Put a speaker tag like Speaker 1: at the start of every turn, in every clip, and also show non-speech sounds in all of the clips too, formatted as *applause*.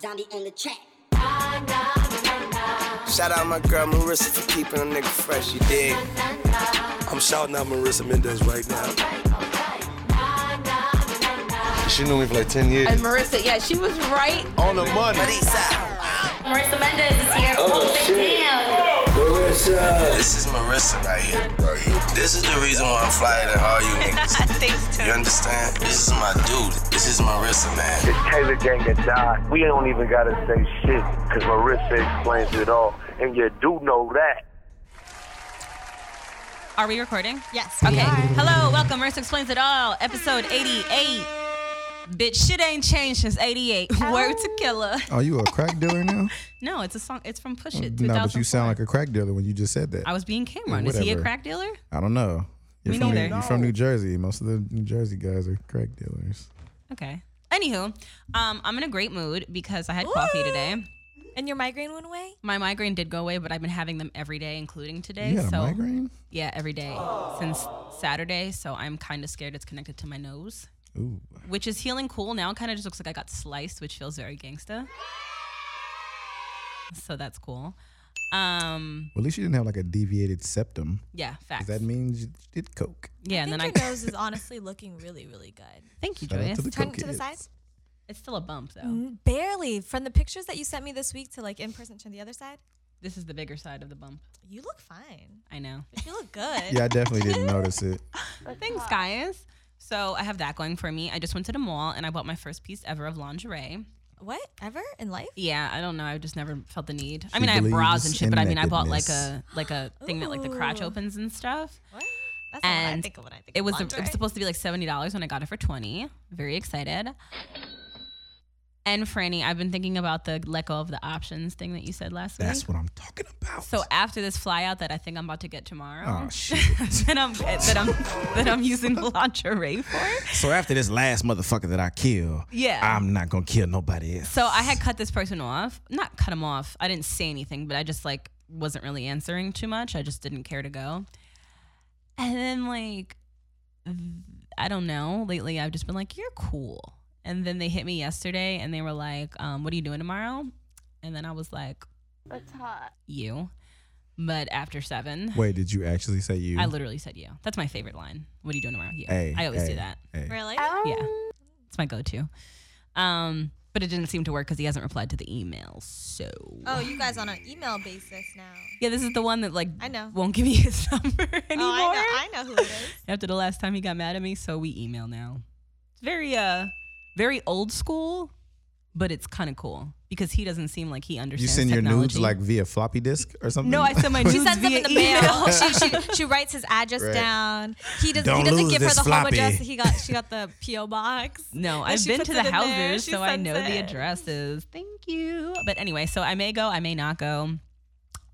Speaker 1: zombie on the track.
Speaker 2: Shout out my girl Marissa for keeping a nigga fresh, you dig?
Speaker 3: I'm shouting out Marissa Mendez right now. She knew me for like 10 years.
Speaker 4: And Marissa, yeah, she was right.
Speaker 3: On the money.
Speaker 5: Marissa Mendez is here. Oh, shit.
Speaker 2: This is Marissa right here. This is the reason why I'm flyer than all you niggas. You understand? This is my dude. This is Marissa, man.
Speaker 6: It's Taylor Gang that died. We don't even gotta say shit, cause Marissa explains it all. And you do know that.
Speaker 5: Are we recording?
Speaker 7: Yes.
Speaker 5: Okay. Hello, welcome. Marissa Explains It All, episode 88. Bitch, shit ain't changed since 88. Word to killer.
Speaker 8: Are you a crack dealer now?
Speaker 5: *laughs* No, it's a song. It's from Push It.
Speaker 8: no, but you sound like
Speaker 5: 2004.
Speaker 8: a crack dealer when you just said that.
Speaker 5: I
Speaker 8: I,
Speaker 5: was being Cameron. Is he a
Speaker 8: Whatever.
Speaker 5: crack dealer?
Speaker 8: don't know. You're
Speaker 5: Me
Speaker 8: from
Speaker 5: neither.
Speaker 8: New, you're from New Jersey. Most of the New Jersey guys are crack dealers.
Speaker 5: Okay. Anywho, um, I'm in a great mood because I had coffee today.
Speaker 7: And your migraine went away?
Speaker 5: My migraine did go away, but I've been having them every day, including today.
Speaker 8: You got
Speaker 5: so
Speaker 8: a migraine?
Speaker 5: yeah, every day since Saturday. So I'm kind of scared it's connected to my nose,
Speaker 8: Ooh.
Speaker 5: which is healing cool now. Kind of just looks like I got sliced, which feels very gangsta. So that's cool. Um,
Speaker 8: Well, at least you didn't have like a deviated septum.
Speaker 5: yeah,
Speaker 8: 'cause
Speaker 5: facts.
Speaker 8: That means you did coke.
Speaker 5: yeah,
Speaker 7: I
Speaker 5: and
Speaker 7: think
Speaker 5: then I
Speaker 7: your *laughs* nose is honestly looking really, really good.
Speaker 5: thank you,
Speaker 8: Shout out
Speaker 5: Joyce.
Speaker 8: to the
Speaker 7: Turn
Speaker 8: coke
Speaker 7: it to the
Speaker 8: kids.
Speaker 7: side.
Speaker 5: it's still a bump though.
Speaker 9: Mm-hmm.
Speaker 7: Mm, Barely. From the pictures that you sent me this week to like in person, turn the other side.
Speaker 5: This is the bigger side of the bump.
Speaker 7: You look fine.
Speaker 5: I know.
Speaker 7: You look good.
Speaker 8: Yeah, I
Speaker 7: *laughs*
Speaker 8: definitely didn't notice it.
Speaker 5: Thanks, guys. So I have that going for me. I just went to the mall and I bought my first piece ever of lingerie.
Speaker 7: What? Ever in life?
Speaker 5: Yeah, I don't know. I just never felt the need. I mean, I
Speaker 8: She
Speaker 5: have bras and
Speaker 8: believes
Speaker 5: shit, but I
Speaker 8: in
Speaker 5: mean, I bought like a
Speaker 8: nakedness.
Speaker 5: like a thing that like the crotch
Speaker 7: Ooh.
Speaker 5: opens and stuff.
Speaker 7: What? That's not what I
Speaker 5: And
Speaker 7: think of when I think
Speaker 5: It
Speaker 7: of
Speaker 5: was it
Speaker 7: lingerie.
Speaker 5: was supposed to be like seventy dollars when I got it for twenty. Very excited. And Franny, I've been thinking about the let go of the options thing that you said last
Speaker 8: That's
Speaker 5: week.
Speaker 8: what I'm talking about.
Speaker 5: So after this fly out that I think I'm about to get tomorrow, *laughs*
Speaker 8: Oh, shit.
Speaker 5: that I'm that I'm that I'm using *laughs* lingerie for.
Speaker 8: so after this last motherfucker that I kill,
Speaker 5: Yeah.
Speaker 8: I'm not gonna kill nobody else.
Speaker 5: So I had cut this person off. Not cut him off. I didn't say anything, but I just like wasn't really answering too much. I just didn't care to go. And then like I don't know. Lately I've just been like, You're cool. And then they hit me yesterday and they were like, um, what are you doing tomorrow? And then I was like, What's hot? You. But after seven,
Speaker 8: Wait, did you actually say you?
Speaker 5: I literally said you. That's my favorite line. What are you doing tomorrow? You.
Speaker 8: Hey,
Speaker 5: I always
Speaker 8: hey,
Speaker 5: do that.
Speaker 8: hey.
Speaker 7: Really?
Speaker 5: Yeah. It's my go-to. Um, but it didn't seem to work because he hasn't replied to the email. So
Speaker 7: Oh, you guys on an email basis
Speaker 5: *laughs*
Speaker 7: now.
Speaker 5: yeah, this is the one that like
Speaker 7: I know.
Speaker 5: won't give me his *laughs* number anymore.
Speaker 7: Oh, I know. I know who it is.
Speaker 5: After the last time he got mad at me, so we email now. It's very uh, very old school, but it's kind of cool because he doesn't seem like he
Speaker 8: You
Speaker 5: understands.
Speaker 8: send your nudes
Speaker 5: technology.
Speaker 8: like via floppy disk or something?
Speaker 5: No, I
Speaker 8: *laughs*
Speaker 5: send my
Speaker 7: She
Speaker 5: nudes
Speaker 7: sends them
Speaker 5: via
Speaker 7: in the
Speaker 5: email. *laughs*
Speaker 7: mail. *laughs* she, she, she writes his address
Speaker 8: Right.
Speaker 7: down. He, does, he
Speaker 8: Don't
Speaker 7: doesn't
Speaker 8: lose
Speaker 7: give her
Speaker 8: this
Speaker 7: the home
Speaker 8: floppy.
Speaker 7: address. He got she got the PO box.
Speaker 5: No,
Speaker 7: And
Speaker 5: I've
Speaker 7: she
Speaker 5: been
Speaker 7: puts
Speaker 5: to
Speaker 7: it
Speaker 5: the
Speaker 7: in there.
Speaker 5: houses,
Speaker 7: She
Speaker 5: so I
Speaker 7: sends
Speaker 5: know the
Speaker 7: it.
Speaker 5: addresses. Thank you. But anyway, so I may go, I may not go.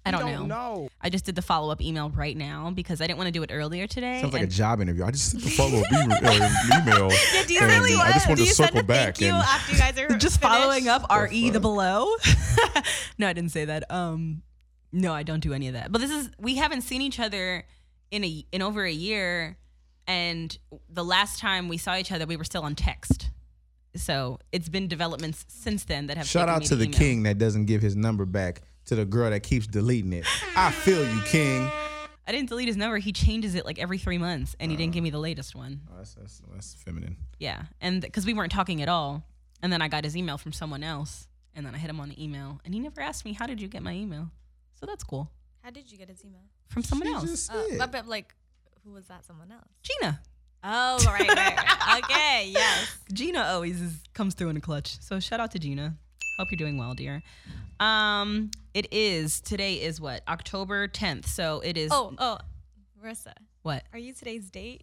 Speaker 5: I don't, know. I just did the follow up email right now because I didn't want to do it earlier today.
Speaker 8: Sounds like a
Speaker 5: *laughs* and-
Speaker 8: job interview. I just sent the follow up *laughs* email. Yeah,
Speaker 7: Do you really
Speaker 8: uh, I just
Speaker 7: want-
Speaker 8: wanted
Speaker 7: do
Speaker 8: to
Speaker 7: you send
Speaker 8: circle
Speaker 7: a
Speaker 8: back.
Speaker 7: Thank you
Speaker 8: and
Speaker 7: after you
Speaker 8: *laughs*
Speaker 7: guys are
Speaker 5: just following
Speaker 7: finished?
Speaker 5: up re the below. *laughs* no, I didn't say that. Um, no, I don't do any of that. But this is we haven't seen each other in a in over a year, and the last time we saw each other, we were still on text. So it's been developments since then that have
Speaker 8: Shout
Speaker 5: taken
Speaker 8: out
Speaker 5: me
Speaker 8: to the
Speaker 5: email.
Speaker 8: king that doesn't give his number back to the girl that keeps deleting it. I feel you, king. Oh,
Speaker 5: I didn't delete his number. He changes it like every three months, and he didn't give me the latest one.
Speaker 8: Oh, that's, that's, that's feminine.
Speaker 5: Yeah, and because we weren't talking at all, and then I got his email from someone else, and then I hit him on the email, and he never asked me how did you get my email. So that's cool
Speaker 7: How did you get his email?
Speaker 5: from someone
Speaker 8: She
Speaker 5: else,
Speaker 8: just
Speaker 7: Uh,
Speaker 8: said.
Speaker 7: but, but like, who was that? Someone else.
Speaker 5: *laughs* Gina.
Speaker 7: Oh, right, right, right. okay, yes.
Speaker 5: Gina always is, comes through in a clutch. So shout out to Gina. Hope you're doing well, dear. Um, it is today is what October 10th. So it
Speaker 7: *laughs*
Speaker 5: is.
Speaker 7: Oh, oh, Marissa,
Speaker 5: what
Speaker 7: are you today's date?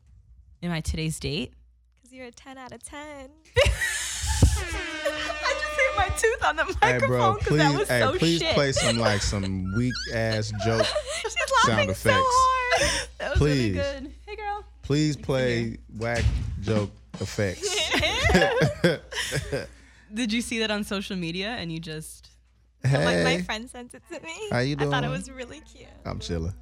Speaker 5: am I today's date?
Speaker 7: Because you're a ten out of
Speaker 8: *laughs*
Speaker 7: ten.
Speaker 5: I just hit my tooth on the
Speaker 8: Hey, bro,
Speaker 5: microphone because
Speaker 8: please,
Speaker 5: that was
Speaker 8: hey,
Speaker 5: so
Speaker 8: please
Speaker 5: shit.
Speaker 8: play some like some weak ass joke. *laughs*
Speaker 7: She's
Speaker 8: Sound
Speaker 7: laughing so
Speaker 8: effects.
Speaker 7: hard.
Speaker 5: that was really
Speaker 8: please.
Speaker 5: good. Hey, girl.
Speaker 8: Please play whack joke effects. *laughs*
Speaker 5: Did you see that on social media and you just
Speaker 7: My, my
Speaker 8: Hey,
Speaker 7: friend sent it to me.
Speaker 8: How you
Speaker 7: I thought it
Speaker 8: doing?
Speaker 7: was really cute.
Speaker 8: I'm chilling.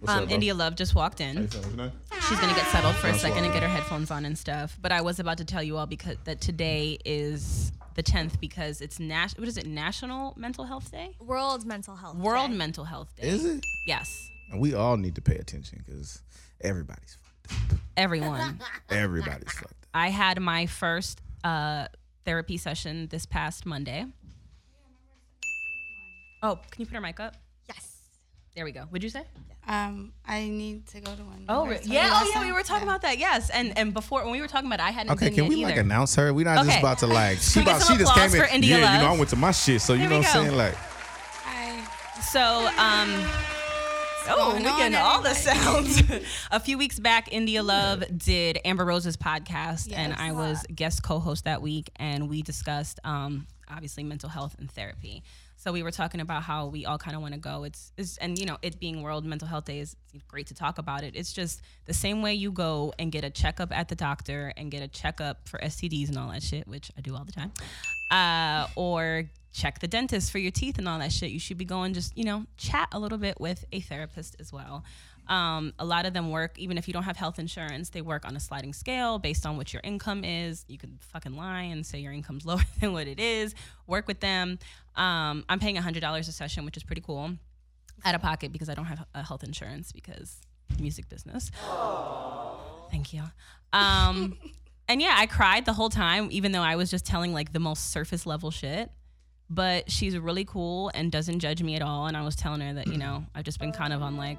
Speaker 8: What's
Speaker 5: um,
Speaker 8: up, bro?
Speaker 5: India Love just walked in.
Speaker 8: What's up, what's up?
Speaker 5: She's gonna get settled for a
Speaker 8: That's
Speaker 5: second and
Speaker 8: wild.
Speaker 5: get her headphones on and stuff. But I was about to tell you all because that today is the 10th because it's Nash. What is it? National Mental Health Day.
Speaker 7: World Mental Health.
Speaker 5: World
Speaker 7: Day.
Speaker 5: Mental Health Day.
Speaker 8: Is it?
Speaker 5: Yes.
Speaker 8: And we all need to pay attention because everybody's fucked
Speaker 5: *laughs* Everyone.
Speaker 8: up. Everybody's fucked up.
Speaker 5: I had my first uh, therapy session this past Monday. Oh, can you put her mic up?
Speaker 7: Yes.
Speaker 5: There we go. Would you say?
Speaker 1: Um, I need to go to one.
Speaker 5: Oh
Speaker 1: You
Speaker 5: re-
Speaker 1: guys told me
Speaker 5: yeah, oh
Speaker 1: last
Speaker 5: yeah, we
Speaker 1: time?
Speaker 5: were talking
Speaker 1: Yeah.
Speaker 5: about that. Yes, and and before when we were talking about, it, I hadn't
Speaker 8: Okay,
Speaker 5: been
Speaker 8: can
Speaker 5: yet
Speaker 8: we like
Speaker 5: either.
Speaker 8: announce her? We're not just
Speaker 5: Okay.
Speaker 8: about
Speaker 5: *laughs*
Speaker 8: to like she
Speaker 5: Can we get
Speaker 8: about
Speaker 5: some
Speaker 8: she just came
Speaker 5: applause
Speaker 8: in.
Speaker 5: for India
Speaker 8: yeah, you know
Speaker 5: Love?
Speaker 8: I went to my shit, so you
Speaker 5: There
Speaker 8: know
Speaker 5: we
Speaker 8: what I'm
Speaker 5: go.
Speaker 8: saying. Like
Speaker 1: Hi.
Speaker 5: So, um, oh, we
Speaker 1: going on,
Speaker 5: getting all the
Speaker 1: everybody?
Speaker 5: sounds. *laughs* a few weeks back, India Love did Amber Rose's podcast, and
Speaker 1: Yes.
Speaker 5: I was guest co-host that week, and we discussed um, obviously mental health and therapy. So we were talking about how we all kind of want to go. It's, it's and you know it being World Mental Health Day is great to talk about it. It's just the same way you go and get a checkup at the doctor and get a checkup for STDs and all that shit, which I do all the time uh, or check the dentist for your teeth and all that shit. You should be going just, you know, chat a little bit with a therapist as well. Um, a lot of them work, even if you don't have health insurance, they work on a sliding scale based on what your income is. You can fucking lie and say your income's *laughs* lower than what it is. Work with them. Um, I'm paying $100 a session, which is pretty cool out of pocket because I don't have a health insurance because music business. Thank you. Um, and yeah, I cried the whole time, even though I was just telling like the most surface level shit. But she's really cool and doesn't judge me at all. And I was telling her that you know I've just been kind of on like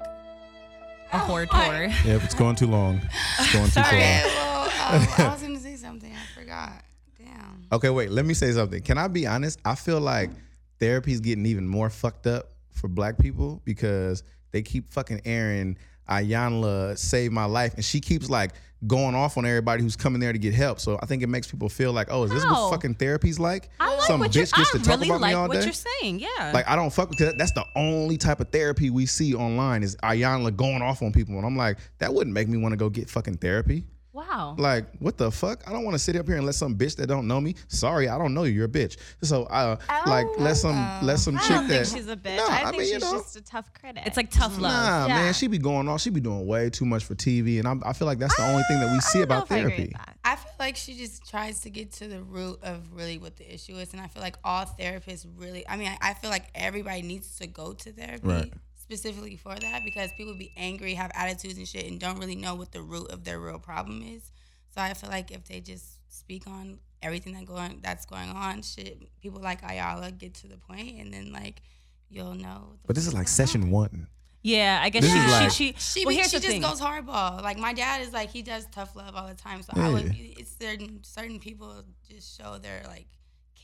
Speaker 5: a horror tour. *laughs*
Speaker 8: Yeah, it's going too long. It's *laughs* going too
Speaker 5: Sorry.
Speaker 1: Okay, well, oh, I was gonna
Speaker 8: *laughs*
Speaker 1: say something. I forgot. Damn.
Speaker 8: Okay, wait, let me say something. Can I be honest? I feel like therapy's getting even more fucked up for black people because they keep fucking airing Ayanla saved my life and she keeps like going off on everybody who's coming there to get help. So I think it makes people feel like, oh, is this
Speaker 5: No.
Speaker 8: what fucking therapy's like?
Speaker 5: I like
Speaker 8: Some
Speaker 5: what you're.
Speaker 8: bitch gets
Speaker 5: I
Speaker 8: to talk
Speaker 5: really
Speaker 8: about me
Speaker 5: like
Speaker 8: all
Speaker 5: what
Speaker 8: day.
Speaker 5: you're saying. Yeah.
Speaker 8: Like I don't fuck with that. That's the only type of therapy we see online is Ayanla going off on people. And I'm like, that wouldn't make me want to go get fucking therapy.
Speaker 5: wow.
Speaker 8: Like, what the fuck? I don't want to sit up here and let some bitch that don't know me. Sorry, I don't know you. You're a bitch. So, uh,
Speaker 9: Oh,
Speaker 8: like, let some let some
Speaker 1: I
Speaker 8: chick
Speaker 1: don't
Speaker 8: that.
Speaker 1: think
Speaker 9: She's a bitch.
Speaker 8: Nah,
Speaker 9: I
Speaker 8: I
Speaker 9: think
Speaker 8: mean, you
Speaker 9: she's
Speaker 8: know.
Speaker 9: just a tough critic.
Speaker 5: it's like tough love.
Speaker 8: Nah,
Speaker 9: Yeah.
Speaker 8: man, she be going off. She be doing way too much for TV, and I'm, I feel like that's the only thing that we
Speaker 9: I
Speaker 8: see
Speaker 9: don't know
Speaker 8: about
Speaker 9: if I agree with
Speaker 8: therapy.
Speaker 9: that.
Speaker 1: I feel like she just tries to get to the root of really what the issue is, and I feel like all therapists really. I mean, I, I feel like everybody needs to go to therapy
Speaker 8: Right.
Speaker 1: specifically for that because people be angry, have attitudes and shit, and don't really know what the root of their real problem is. So I feel like if they just speak on everything that going that's going on, shit, people like Ayala get to the point, and then like you'll know. what the
Speaker 8: But this is
Speaker 1: fuck's
Speaker 8: like
Speaker 1: going on.
Speaker 8: session one.
Speaker 5: Yeah, I guess
Speaker 8: This
Speaker 5: she,
Speaker 8: is like-
Speaker 5: she she
Speaker 1: She,
Speaker 5: well,
Speaker 1: be,
Speaker 5: here's
Speaker 1: she
Speaker 5: the
Speaker 1: just
Speaker 5: thing.
Speaker 1: goes hardball. Like my dad is like he does tough love all the time. So I would. It's certain certain people just show their like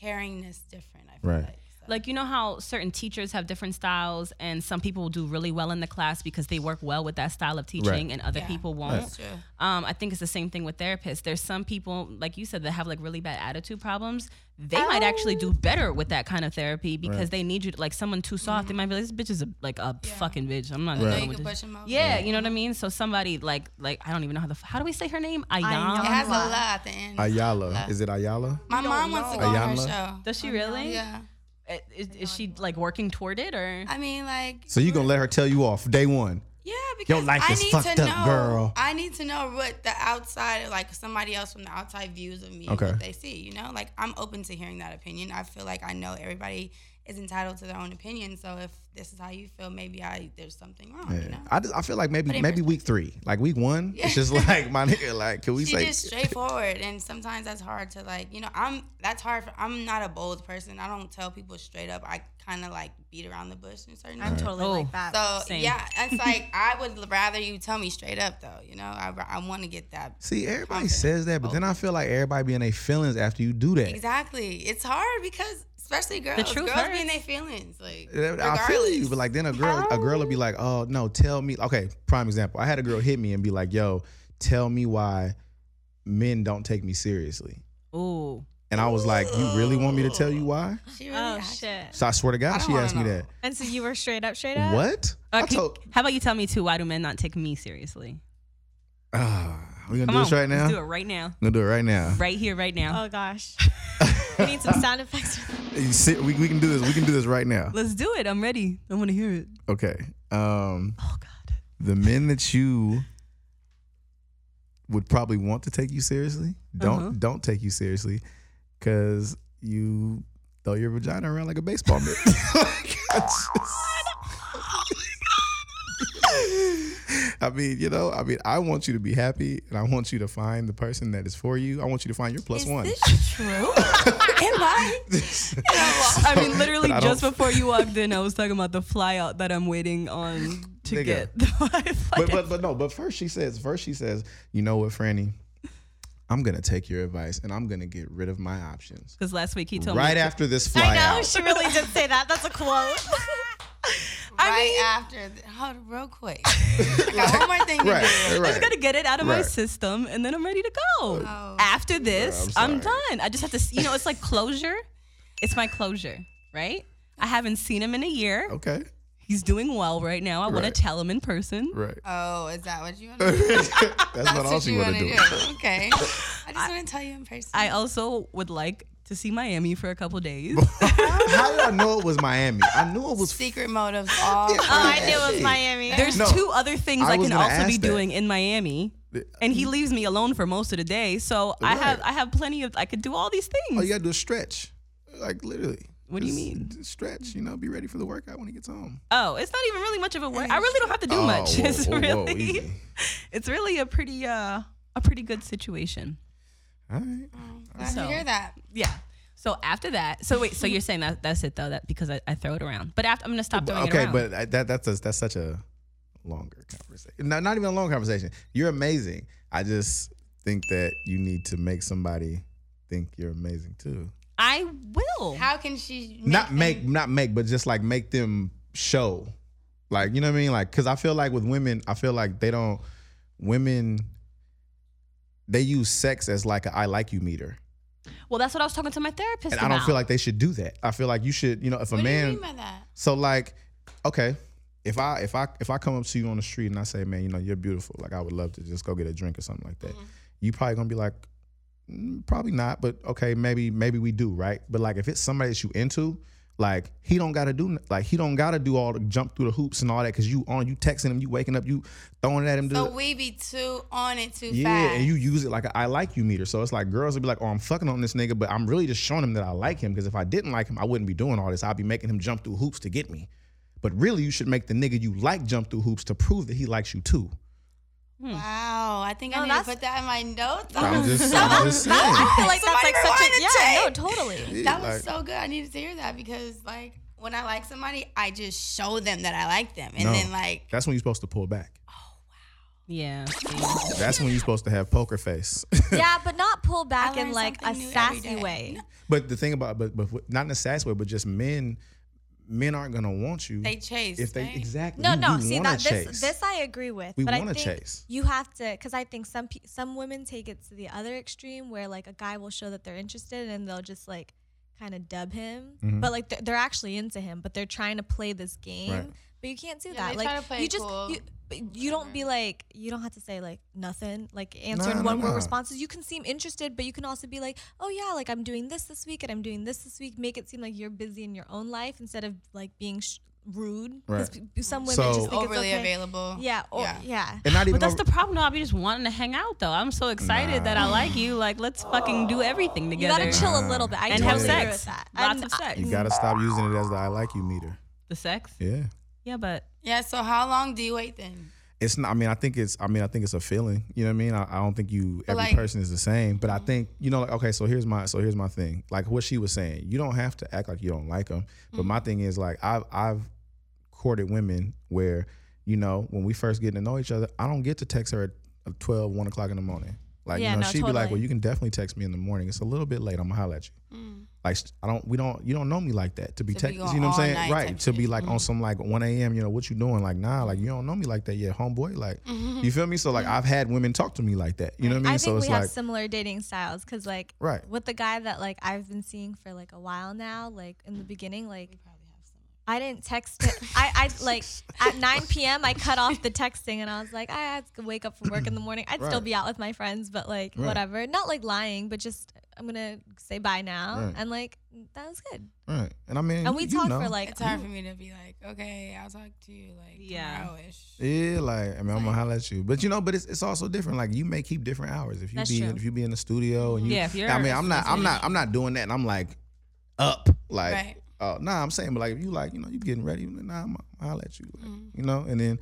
Speaker 1: caringness different. I feel
Speaker 8: Right.
Speaker 1: like. So.
Speaker 5: Like you know how certain teachers have different styles, and some people will do really well in the class because they work well with that style of teaching,
Speaker 8: Right.
Speaker 5: and other
Speaker 1: Yeah.
Speaker 5: people won't.
Speaker 1: That's true.
Speaker 5: Um, I think it's the same thing with therapists. There's some people, like you said, that have like really bad attitude problems. They might actually do better with that kind of therapy because they need you, to, like someone too soft. They might be like, this bitch is a, like a fucking bitch. I'm not
Speaker 1: So
Speaker 5: dealing
Speaker 1: you
Speaker 5: with
Speaker 1: can
Speaker 5: this.
Speaker 1: push 'em over.
Speaker 5: Yeah, you know what I mean. So somebody like like I don't even know how the f- how do we say her name?
Speaker 1: It
Speaker 5: Ayana.
Speaker 9: Ayana.
Speaker 1: has a lot at the end.
Speaker 8: Ayala, is it Ayala?
Speaker 1: My mom wants to go on her
Speaker 8: Ayala?
Speaker 1: show.
Speaker 5: Does she really?
Speaker 1: Yeah.
Speaker 5: Uh, Is, is she like working toward it or?
Speaker 1: I mean, like.
Speaker 8: So you gonna let her tell you off day one?
Speaker 1: Yeah, because
Speaker 8: Your life
Speaker 1: I
Speaker 8: is
Speaker 1: need
Speaker 8: fucked
Speaker 1: to
Speaker 8: up,
Speaker 1: know,
Speaker 8: girl.
Speaker 1: I need to know what the outside, like somebody else from the outside views of me,
Speaker 8: Okay.
Speaker 1: what they see. You know, like I'm open to hearing that opinion. I feel like I know everybody is entitled to their own opinion. So if this is how you feel, maybe I there's something wrong. You know,
Speaker 8: I, just, I feel like maybe
Speaker 1: in
Speaker 8: maybe week three, like week one, it's just like
Speaker 1: *laughs*
Speaker 8: my nigga, like can we
Speaker 1: she
Speaker 8: say?
Speaker 1: just straightforward, and sometimes that's hard to like. You know, I'm that's hard. For, I'm not a bold person. I don't tell people straight up. I kind of like beat around the bush in certain.
Speaker 9: I'm
Speaker 1: ways.
Speaker 9: totally
Speaker 5: Oh.
Speaker 9: like that.
Speaker 1: So
Speaker 5: Same.
Speaker 1: yeah, it's like I would rather you tell me straight up though. You know, I, I want to get that.
Speaker 8: See, everybody says that, but then I feel like everybody be in their feelings after you do that.
Speaker 1: Exactly. It's hard because especially girls,
Speaker 5: truth
Speaker 1: girls
Speaker 5: hurts.
Speaker 1: be in their feelings. Like
Speaker 8: Eh, I feel you,
Speaker 1: regardless.
Speaker 8: but like then a girl, a girl will be like, "Oh no, tell me." Okay, prime example. I had a girl hit me and be like, "Yo, tell me why men don't take me seriously."
Speaker 5: Ooh.
Speaker 8: And I was like, "You really want me to tell you why?"
Speaker 1: she really
Speaker 9: oh
Speaker 1: asked-
Speaker 9: shit.
Speaker 8: So I swear to God, she
Speaker 1: wanna
Speaker 8: asked me
Speaker 1: know.
Speaker 8: that.
Speaker 9: And so you were straight up, straight up.
Speaker 8: What? I
Speaker 5: Okay,
Speaker 8: told.
Speaker 5: how about you tell me too? Why do men not take me seriously?
Speaker 8: Ah, we gonna
Speaker 5: Come
Speaker 8: do
Speaker 5: on,
Speaker 8: this right now.
Speaker 5: Let's do it right now,
Speaker 8: We're gonna do it right now. *laughs*
Speaker 5: right here, right now.
Speaker 9: Oh gosh.
Speaker 7: *laughs*
Speaker 9: we need some sound effects.
Speaker 8: You sit- we, we can do this. We can do this right now.
Speaker 5: Let's do it. I'm ready. I want to hear it.
Speaker 8: Okay. Um,
Speaker 5: Oh God.
Speaker 8: the men that you would probably want to take you seriously don't
Speaker 5: Uh-huh.
Speaker 8: don't take you seriously because you throw your vagina around like a baseball mitt. *laughs* Like, I just- *laughs* I mean, you know, I mean, I want you to be happy, and I want you to find the person that is for you. I want you to find your plus
Speaker 9: *laughs*
Speaker 1: Is
Speaker 8: one.
Speaker 1: this true? Am I?
Speaker 8: *laughs*
Speaker 5: *laughs* I mean, literally,
Speaker 8: But I
Speaker 5: just
Speaker 8: don't-
Speaker 5: before you walked in, I was talking about the fly out that I'm waiting on to
Speaker 8: Nigga.
Speaker 5: get. The *laughs* wife.
Speaker 8: but but but no. But first she says. First she says. You know what, Franny? I'm gonna take your advice, and I'm gonna get rid of my options.
Speaker 5: Because last week he told
Speaker 8: Right
Speaker 5: me.
Speaker 8: after this
Speaker 9: I
Speaker 8: fly
Speaker 9: know
Speaker 8: out.
Speaker 9: she really did say that. That's
Speaker 5: *laughs*
Speaker 9: a quote.
Speaker 1: right after. th- Hold on, real
Speaker 8: *laughs*
Speaker 1: quick. I got one more thing to
Speaker 8: Right,
Speaker 1: do.
Speaker 5: I just
Speaker 8: right.
Speaker 5: gotta get it out of my
Speaker 8: Right.
Speaker 5: system, and then I'm ready to go.
Speaker 1: Oh.
Speaker 5: After this,
Speaker 8: I'm
Speaker 5: I'm,
Speaker 8: sorry.
Speaker 5: done. I just have to, s- you know, it's like closure. It's my closure, right? I haven't seen him in a year.
Speaker 8: Okay.
Speaker 5: He's doing well right now. I want to
Speaker 8: Oh. Right.
Speaker 5: tell him in person.
Speaker 8: Right.
Speaker 1: Oh, is that what you want to do?
Speaker 8: *laughs* That's not all she want to do.
Speaker 1: Okay. I just want to tell you in person.
Speaker 5: I also would like to see Miami for a couple
Speaker 8: *laughs*
Speaker 5: days.
Speaker 8: *laughs* How did I know it was Miami? I knew it was
Speaker 1: Secret motives all.
Speaker 8: Yeah.
Speaker 1: through.
Speaker 9: Oh, I knew it was Miami.
Speaker 5: There's
Speaker 8: No.
Speaker 5: two other things
Speaker 8: I
Speaker 5: I,
Speaker 8: was
Speaker 5: can
Speaker 8: gonna
Speaker 5: also be
Speaker 8: ask that.
Speaker 5: doing in Miami. And he leaves me alone for most of the day. So I have
Speaker 8: Right. Oh,
Speaker 5: I have plenty of I could do all these things.
Speaker 8: All you gotta do is stretch, like literally.
Speaker 5: What do you
Speaker 8: Just-
Speaker 5: mean?
Speaker 8: just stretch. You know, be ready for the workout when he gets home.
Speaker 5: Oh, it's not even really much of a work. I really don't have to do
Speaker 8: Oh,
Speaker 5: much. *laughs*
Speaker 8: whoa,
Speaker 5: it's
Speaker 8: whoa, whoa,
Speaker 5: really
Speaker 8: easy.
Speaker 5: it's really a pretty uh a pretty good situation.
Speaker 8: All right.
Speaker 1: Glad to
Speaker 5: So-
Speaker 1: hear that.
Speaker 5: Yeah. So after that, so wait, so you're saying that that's it though, that because I, I throw it around. But after I'm gonna stop throwing it
Speaker 8: okay,
Speaker 5: around.
Speaker 8: but I- that that's a, that's such a longer conversation. Not not even a long conversation. You're amazing. I just think that you need to make somebody think you're amazing too.
Speaker 5: I will.
Speaker 1: How can she make
Speaker 8: not make
Speaker 1: them-
Speaker 8: not make but just like make them show like you know what i mean like because i feel like with women i feel like they don't women they use sex as like a I like you meter
Speaker 5: well, that's what I was talking to my therapist
Speaker 8: and i don't
Speaker 5: about.
Speaker 8: feel like they should do that i feel like you should you know if a
Speaker 1: What do you
Speaker 8: man
Speaker 1: mean by that?
Speaker 8: so like okay if i if i if i come up to you on the street and i say man you know you're beautiful like i would love to just go get a drink or something like that you probably gonna be like "Mm, probably not but okay maybe maybe we do right but like if it's somebody that you into like he don't gotta do like he don't gotta do all the jump through the hoops and all that because you on you texting him you waking up you throwing it at him
Speaker 1: So
Speaker 8: duh.
Speaker 1: we be too on it too
Speaker 8: yeah
Speaker 1: fast.
Speaker 8: and you use it like a I like you meter so it's like girls will be like oh I'm fucking on this nigga but I'm really just showing him that I like him because if I didn't like him I wouldn't be doing all this I'd be making him jump through hoops to get me but really you should make the nigga you like jump through hoops to prove that he likes you too
Speaker 1: wow, I think
Speaker 7: No,
Speaker 1: I need to
Speaker 7: that's-
Speaker 1: put that in my notes. *laughs*
Speaker 8: I'm just, I'm just saying
Speaker 7: I feel like that's
Speaker 1: Somebody
Speaker 7: like such
Speaker 1: rewind
Speaker 7: a
Speaker 1: the
Speaker 7: yeah. No,
Speaker 1: tape.
Speaker 7: totally.
Speaker 1: That was
Speaker 8: Like-
Speaker 1: so good. I needed to hear that because like when I like somebody, I just show them that I like them, and
Speaker 8: No.
Speaker 1: then like
Speaker 8: That's when you're supposed to pull back.
Speaker 5: Yeah.
Speaker 1: Oh,
Speaker 8: That's when you're supposed to have poker face. *laughs*
Speaker 9: yeah, but not pull back
Speaker 1: I
Speaker 9: in
Speaker 1: learn
Speaker 9: like a
Speaker 1: something new every
Speaker 9: sassy
Speaker 1: day.
Speaker 9: way.
Speaker 8: but the thing about but but what- not in a sass way, but just men, men aren't gonna want you
Speaker 1: they chase.
Speaker 8: if they
Speaker 1: right?
Speaker 8: exactly.
Speaker 9: No,
Speaker 8: we-
Speaker 9: no.
Speaker 8: we
Speaker 9: See
Speaker 8: wanna
Speaker 9: that
Speaker 8: chase.
Speaker 9: this this I agree with.
Speaker 8: We
Speaker 9: but I
Speaker 8: wanna
Speaker 9: think
Speaker 8: chase.
Speaker 9: You have to, because I think some pe- some women take it to the other extreme where like a guy will show that they're interested and they'll just like kind of dub him,
Speaker 8: Mm-hmm.
Speaker 9: but like they're, they're actually into him, but they're trying to play this game.
Speaker 8: Right.
Speaker 9: But you can't do
Speaker 1: Yeah,
Speaker 9: that.
Speaker 1: they
Speaker 9: like
Speaker 1: try to play
Speaker 9: you just
Speaker 1: cool.
Speaker 9: you. but You don't be like you don't have to say like nothing like answer
Speaker 8: No,
Speaker 9: in
Speaker 8: no,
Speaker 9: one word
Speaker 8: no.
Speaker 9: responses. You can seem interested, but you can also be like, oh yeah, like I'm doing this this week and I'm doing this this week. Make it seem like you're busy in your own life instead of like being sh- rude. 'Cause
Speaker 8: Right.
Speaker 9: pe- Some women
Speaker 8: So-
Speaker 9: just think
Speaker 1: overly
Speaker 9: it's okay.
Speaker 1: available.
Speaker 9: Yeah, or, yeah.
Speaker 8: and not even
Speaker 5: But that's
Speaker 8: over-
Speaker 5: the problem. though. I'll be just wanting to hang out though. I'm so excited that I like you. Like, let's fucking do everything
Speaker 9: You
Speaker 5: together.
Speaker 9: gotta chill a little bit. I
Speaker 5: and
Speaker 9: totally
Speaker 5: have sex.
Speaker 9: agree with that.
Speaker 5: Lots
Speaker 9: I'm-
Speaker 5: of sex.
Speaker 8: you gotta stop using it as the I like you meter.
Speaker 5: the sex?
Speaker 8: Yeah,
Speaker 5: Yeah, but
Speaker 1: Yeah. So how long do you wait then?
Speaker 8: it's not. I mean, I think it's. I mean, I think it's a feeling. You know what I mean? I, I don't think you every
Speaker 1: like-
Speaker 8: person is the same. But I think you know. Like, okay, so here's my. So here's my thing. Like what she was saying. You don't have to act like you don't like them. But my thing is like I've I've courted women where you know when we first get to know each other, I don't get to text her at 12, 1 o'clock in the morning. Like
Speaker 9: Yeah,
Speaker 8: you know,
Speaker 9: no,
Speaker 8: she'd be like,
Speaker 9: totally.
Speaker 8: well, you can definitely text me in the morning. It's a little bit late. I'm gonna holler at you. Like I don't, we don't, you don't know me like that to be
Speaker 1: To be
Speaker 8: text.
Speaker 1: going
Speaker 8: You know what I'm
Speaker 1: all
Speaker 8: saying?
Speaker 1: night
Speaker 8: Right.
Speaker 1: type
Speaker 8: To be
Speaker 1: shit.
Speaker 8: like
Speaker 9: Mm-hmm.
Speaker 8: on some like 1 a.m. You know what you doing? Like nah, like you don't know me like that yet, homeboy. Like you feel me? So like I've had women talk to me like that. You know what I mean?
Speaker 9: Mm-hmm. I
Speaker 8: so
Speaker 9: think
Speaker 8: it's
Speaker 9: we
Speaker 8: like
Speaker 9: have similar dating styles because, like,
Speaker 8: Right.
Speaker 9: with the guy that like I've been seeing for like a while now, like in the beginning, like I didn't text. Him. I I like at 9 p.m. I cut off the texting and I was like, I had to wake up from work in the morning. I'd still
Speaker 8: Right.
Speaker 9: be out with my friends, but like
Speaker 8: Right.
Speaker 9: whatever. Not like lying, but just I'm gonna say bye now
Speaker 8: Right.
Speaker 9: and like that was good.
Speaker 8: right. And I mean,
Speaker 9: And we
Speaker 8: you
Speaker 9: talked
Speaker 8: know.
Speaker 9: for like
Speaker 1: It's hard for me to be like, okay, I'll talk to you like
Speaker 5: Yeah.
Speaker 1: tomorrow-ish.
Speaker 8: Yeah, like I mean, I'm gonna holler at you, but you know, but it's, it's also different. Like you may keep different hours if you
Speaker 9: That's
Speaker 8: be
Speaker 9: true.
Speaker 8: if you be in the studio and you.
Speaker 5: Yeah, if you're-
Speaker 8: I mean, I'm not, I'm not, I'm not doing that, and I'm like up. Like,
Speaker 1: Right.
Speaker 8: oh, nah, I'm saying, but like, if you like, you know, you getting ready, nah, I'm, I'll let you, like,
Speaker 5: Mm.
Speaker 8: you know, and then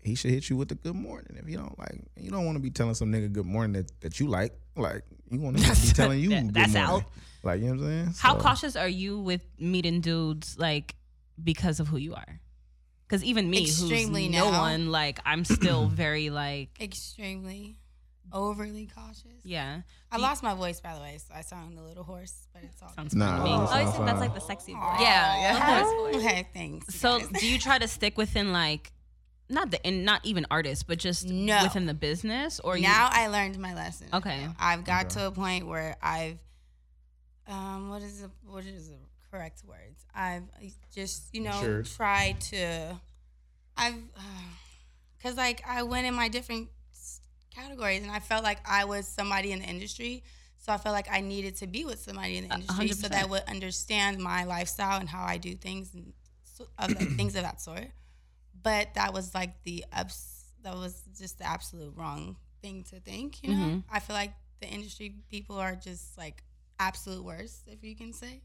Speaker 8: he should hit you with a good morning. If you don't like, you don't want to be telling some nigga good morning that, that you like. Like, you want to
Speaker 5: *laughs*
Speaker 8: be telling you
Speaker 5: That-
Speaker 8: good
Speaker 5: that's
Speaker 8: morning.
Speaker 5: out.
Speaker 8: Like, you know what I'm saying?
Speaker 5: How
Speaker 8: So-
Speaker 5: cautious are you with meeting dudes like because of who you are? Because even me,
Speaker 1: Extremely
Speaker 5: who's no
Speaker 1: now.
Speaker 5: one, like I'm
Speaker 8: *clears throat*
Speaker 5: still very like
Speaker 1: Extremely overly cautious.
Speaker 5: yeah.
Speaker 1: I lost my voice, by the way, so I sound a little hoarse, but it's all good.
Speaker 5: Sounds
Speaker 8: Nah,
Speaker 5: nah.
Speaker 8: I
Speaker 5: me.
Speaker 8: don't
Speaker 9: I always
Speaker 8: sound
Speaker 9: think that's
Speaker 8: fine.
Speaker 9: like the sexy voice.
Speaker 5: Yeah, yeah.
Speaker 1: Okay, thanks. you
Speaker 5: So
Speaker 9: *laughs*
Speaker 1: guys.
Speaker 5: do you try to stick within like not the and not even artists, but just
Speaker 1: No.
Speaker 5: within the business or
Speaker 1: now
Speaker 5: you?
Speaker 1: I learned my lesson.
Speaker 5: Okay.
Speaker 1: I've got to a point where I've um what is the what is the correct words? I've uh, just, you know,
Speaker 8: Matured.
Speaker 1: tried to I've cuz like I went in my different s- categories and I felt like I was somebody in the industry. So I felt like I needed to be with somebody in the industry so
Speaker 5: 100%.
Speaker 1: that would understand my lifestyle and how I do things and so, of that, things of that sort but that was like the ups that was just the absolute wrong thing to think you know i feel like the industry people are just like absolute worst if you can say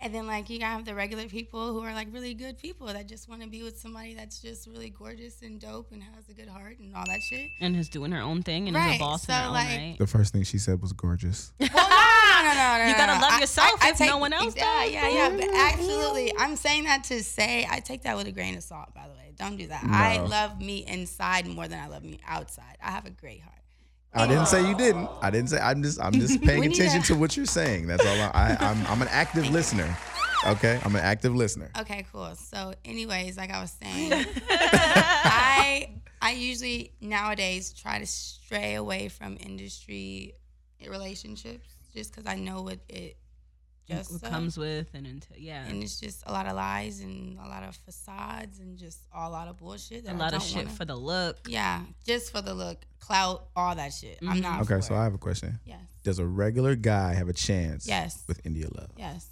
Speaker 1: and then like you have the regular people who are like really good people that just want to be with somebody that's just really gorgeous and dope and has a good heart and all that shit
Speaker 5: and is doing her own thing and is
Speaker 1: Right,
Speaker 5: a boss
Speaker 1: so,
Speaker 5: in her own
Speaker 1: like-
Speaker 5: right.
Speaker 8: The first thing she said was gorgeous.
Speaker 1: well, Oh, no, no, no, no, no, no,
Speaker 5: You gotta
Speaker 1: no.
Speaker 5: love yourself if no one else
Speaker 1: yeah,
Speaker 5: does.
Speaker 1: Yeah, yeah, but absolutely. I'm saying that to say I take that with a grain of salt. By the way, don't do that. I
Speaker 8: No.
Speaker 1: love me inside more than I love me outside. I have a great heart.
Speaker 8: *laughs* I didn't say you didn't. I didn't say.
Speaker 5: *laughs*
Speaker 8: I'm just. I'm just paying
Speaker 1: We need
Speaker 8: attention
Speaker 1: to-
Speaker 8: to what you're saying. That's all. I, I, I'm. I'm an active listener. Okay. I'm an
Speaker 5: *laughs*
Speaker 8: active listener.
Speaker 1: Okay, cool. So, anyways, like I was saying, I I usually nowadays try to stray away from industry relationships just because I know what it just
Speaker 5: What
Speaker 1: uh,
Speaker 5: comes with and until yeah.
Speaker 1: and it's just a lot of lies and a lot of facades and just a lot of bullshit. That
Speaker 5: a lot
Speaker 1: I don't
Speaker 5: of shit
Speaker 1: wanna-
Speaker 5: for the look.
Speaker 1: Yeah, just for the look, clout, all that shit.
Speaker 5: Mm-hmm.
Speaker 1: I'm not.
Speaker 8: Okay.
Speaker 1: for
Speaker 8: So
Speaker 1: it.
Speaker 8: I have a question.
Speaker 1: Yes.
Speaker 8: Does a regular guy have a chance?
Speaker 1: Yes.
Speaker 8: With India Love.
Speaker 5: *laughs*
Speaker 1: Yes.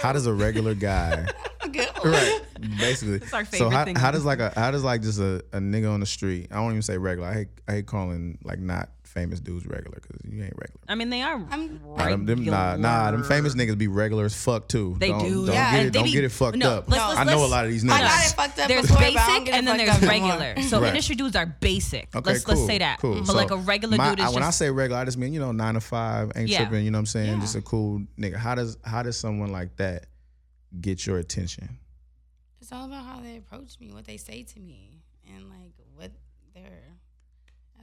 Speaker 8: How does a regular guy? *laughs*
Speaker 1: *laughs* Good.
Speaker 8: right. Basically.
Speaker 5: our
Speaker 8: so
Speaker 5: favorite
Speaker 8: how,
Speaker 5: thing.
Speaker 8: how does like a how does like just a, a nigga on the street? I don't even say regular. I hate I hate calling like not famous dudes regular because you ain't regular.
Speaker 5: I mean, they are.
Speaker 1: I'm.
Speaker 8: Nah, them, them- nah, nah, them famous niggas be regular as fuck too.
Speaker 5: They
Speaker 8: don't,
Speaker 5: do.
Speaker 8: Don't,
Speaker 1: Yeah,
Speaker 8: get,
Speaker 5: and
Speaker 8: it,
Speaker 5: they
Speaker 8: don't
Speaker 5: be-
Speaker 8: get it fucked
Speaker 5: no,
Speaker 8: up.
Speaker 5: let's- let's-
Speaker 8: I know a
Speaker 5: let's-
Speaker 8: lot of these niggas.
Speaker 1: I got it fucked up
Speaker 5: There's
Speaker 1: before, but I don't
Speaker 5: basic
Speaker 1: get it
Speaker 5: and then
Speaker 1: fucked
Speaker 5: there's
Speaker 1: up no more.
Speaker 5: regular. So
Speaker 8: Right.
Speaker 5: industry dudes are basic.
Speaker 8: Okay,
Speaker 5: let's
Speaker 8: cool,
Speaker 5: let's say that.
Speaker 8: Cool.
Speaker 5: But
Speaker 8: So
Speaker 5: like a regular
Speaker 8: my-
Speaker 5: dude is
Speaker 8: I- when I
Speaker 5: just
Speaker 8: say regular, I just mean you know nine to five, ain't
Speaker 5: Yeah.
Speaker 8: tripping. You know what I'm saying?
Speaker 1: Yeah.
Speaker 8: Just a cool nigga. How does how does someone like that get your attention?
Speaker 1: It's all about how they approach me, what they say to me, and like what their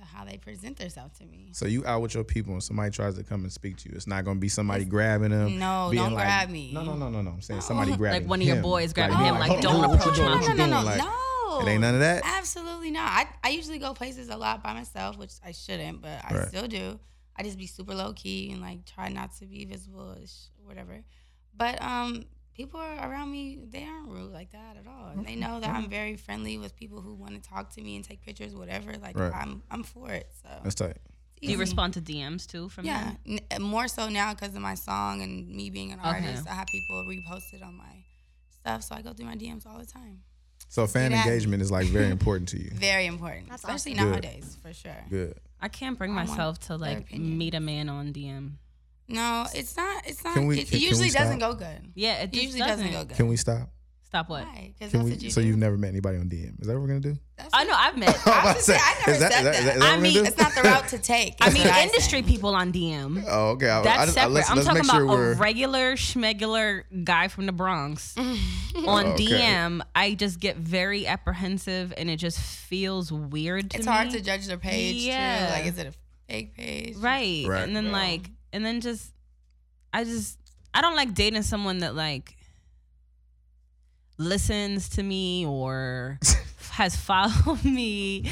Speaker 1: how they present themselves to me.
Speaker 8: So you out with your people, and somebody tries to come and speak to you. It's not gonna be somebody grabbing them.
Speaker 1: No,
Speaker 8: being
Speaker 1: don't
Speaker 8: like-
Speaker 1: grab me.
Speaker 8: No, no, no, no, no. I'm saying somebody grabbing
Speaker 5: one of your
Speaker 8: him.
Speaker 5: boys grabbing
Speaker 8: being
Speaker 5: him, like,
Speaker 8: "Hold
Speaker 5: don't
Speaker 8: on, hold on,
Speaker 5: approach
Speaker 8: what you
Speaker 5: my-
Speaker 8: doing? What
Speaker 1: No,
Speaker 8: you
Speaker 1: no, no,
Speaker 8: doing?" Like,
Speaker 1: no.
Speaker 8: It ain't none of that.
Speaker 1: Absolutely not. I, I usually go places a lot by myself, which I shouldn't, but I
Speaker 8: Right.
Speaker 1: still do. I just be super low key and like try not to be visible, or sh- whatever. But um, people are around me, they aren't rude like that at all. And
Speaker 8: Mm-hmm.
Speaker 1: they know that I'm very friendly with people who want to talk to me and take pictures, whatever. Like
Speaker 8: Right.
Speaker 1: I'm, I'm for it. So
Speaker 8: That's tight.
Speaker 5: Do you
Speaker 1: easy.
Speaker 5: respond to DMs too from
Speaker 1: Yeah,
Speaker 5: them?
Speaker 1: n- uh, more so now because of my song and me being an
Speaker 5: Okay.
Speaker 1: artist. I have people repost it on my stuff, so I go through my DMs all the time.
Speaker 8: So fan
Speaker 1: at me.
Speaker 8: engagement is like very important to you.
Speaker 1: Very important,
Speaker 9: That's
Speaker 1: especially
Speaker 8: awesome. Good.
Speaker 1: nowadays, for sure.
Speaker 8: Good.
Speaker 5: I can't bring
Speaker 1: I want
Speaker 5: myself to like
Speaker 1: opinion.
Speaker 5: meet a man on DM.
Speaker 1: No, it's not. It's not.
Speaker 8: Can we-
Speaker 1: it
Speaker 8: can- can we
Speaker 1: usually doesn't go
Speaker 8: stop?
Speaker 1: good.
Speaker 5: Yeah, it
Speaker 1: It
Speaker 5: just
Speaker 1: usually doesn't,
Speaker 5: doesn't.
Speaker 1: go good.
Speaker 8: Can we stop?
Speaker 5: Stop what?
Speaker 1: Because
Speaker 8: Can
Speaker 1: that's
Speaker 8: we?
Speaker 1: what you
Speaker 8: so
Speaker 1: do.
Speaker 8: you've never met anybody on DM. Is that what we're gonna do?
Speaker 1: That's
Speaker 5: I
Speaker 1: what-
Speaker 5: know I've
Speaker 8: *laughs*
Speaker 5: met.
Speaker 1: I was just saying, I never
Speaker 8: Is that-
Speaker 1: said
Speaker 8: is that-
Speaker 1: that.
Speaker 8: is that
Speaker 5: I
Speaker 8: what we're
Speaker 5: mean,
Speaker 8: gonna do?
Speaker 1: It's not the route to take.
Speaker 5: I
Speaker 1: is
Speaker 5: mean,
Speaker 1: what I'm
Speaker 5: industry
Speaker 1: saying.
Speaker 5: people on DM.
Speaker 8: Oh, okay. I,
Speaker 5: That's
Speaker 8: I just, I-
Speaker 5: separate.
Speaker 8: let's,
Speaker 5: I'm
Speaker 8: let's
Speaker 5: talking
Speaker 8: make sure
Speaker 5: about
Speaker 8: we're
Speaker 5: a regular schmegular guy from the
Speaker 1: *laughs*
Speaker 5: Bronx on
Speaker 8: Okay.
Speaker 5: DM. I just get very apprehensive, and it just feels weird to
Speaker 1: It's
Speaker 5: me.
Speaker 1: hard to judge their page
Speaker 5: Yeah.
Speaker 1: too. Like, is it a fake page?
Speaker 5: right.
Speaker 8: Right.
Speaker 5: And then like, and then just, I just, I don't like dating someone that like listens to me
Speaker 8: *laughs*
Speaker 5: or has followed me.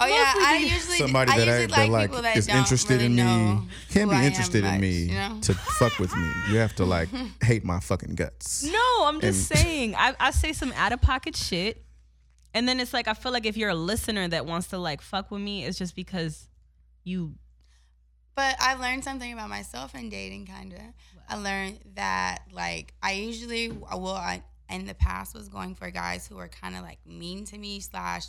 Speaker 1: Oh yeah,
Speaker 5: Mostly
Speaker 1: I
Speaker 5: because-
Speaker 1: usually
Speaker 8: somebody
Speaker 1: I
Speaker 8: that,
Speaker 1: usually
Speaker 8: act- that like,
Speaker 1: people that
Speaker 8: is
Speaker 1: don't
Speaker 8: interested
Speaker 1: really
Speaker 8: in me.
Speaker 1: know
Speaker 8: Can't
Speaker 1: who
Speaker 8: be
Speaker 1: I am
Speaker 8: interested in
Speaker 1: much,
Speaker 8: me
Speaker 1: you know?
Speaker 8: to fuck with me. You have
Speaker 1: *laughs*
Speaker 8: to like hate my fucking guts.
Speaker 5: No, I'm just
Speaker 8: And-
Speaker 5: saying. I, I say some out of pocket shit. And then it's like, I feel like if you're a listener that wants to like fuck with me, it's just because you.
Speaker 1: But I learned something about myself in dating, kind of. I learned that, like, I usually, well, I, in the past was going for guys who were kind of like mean to me, slash,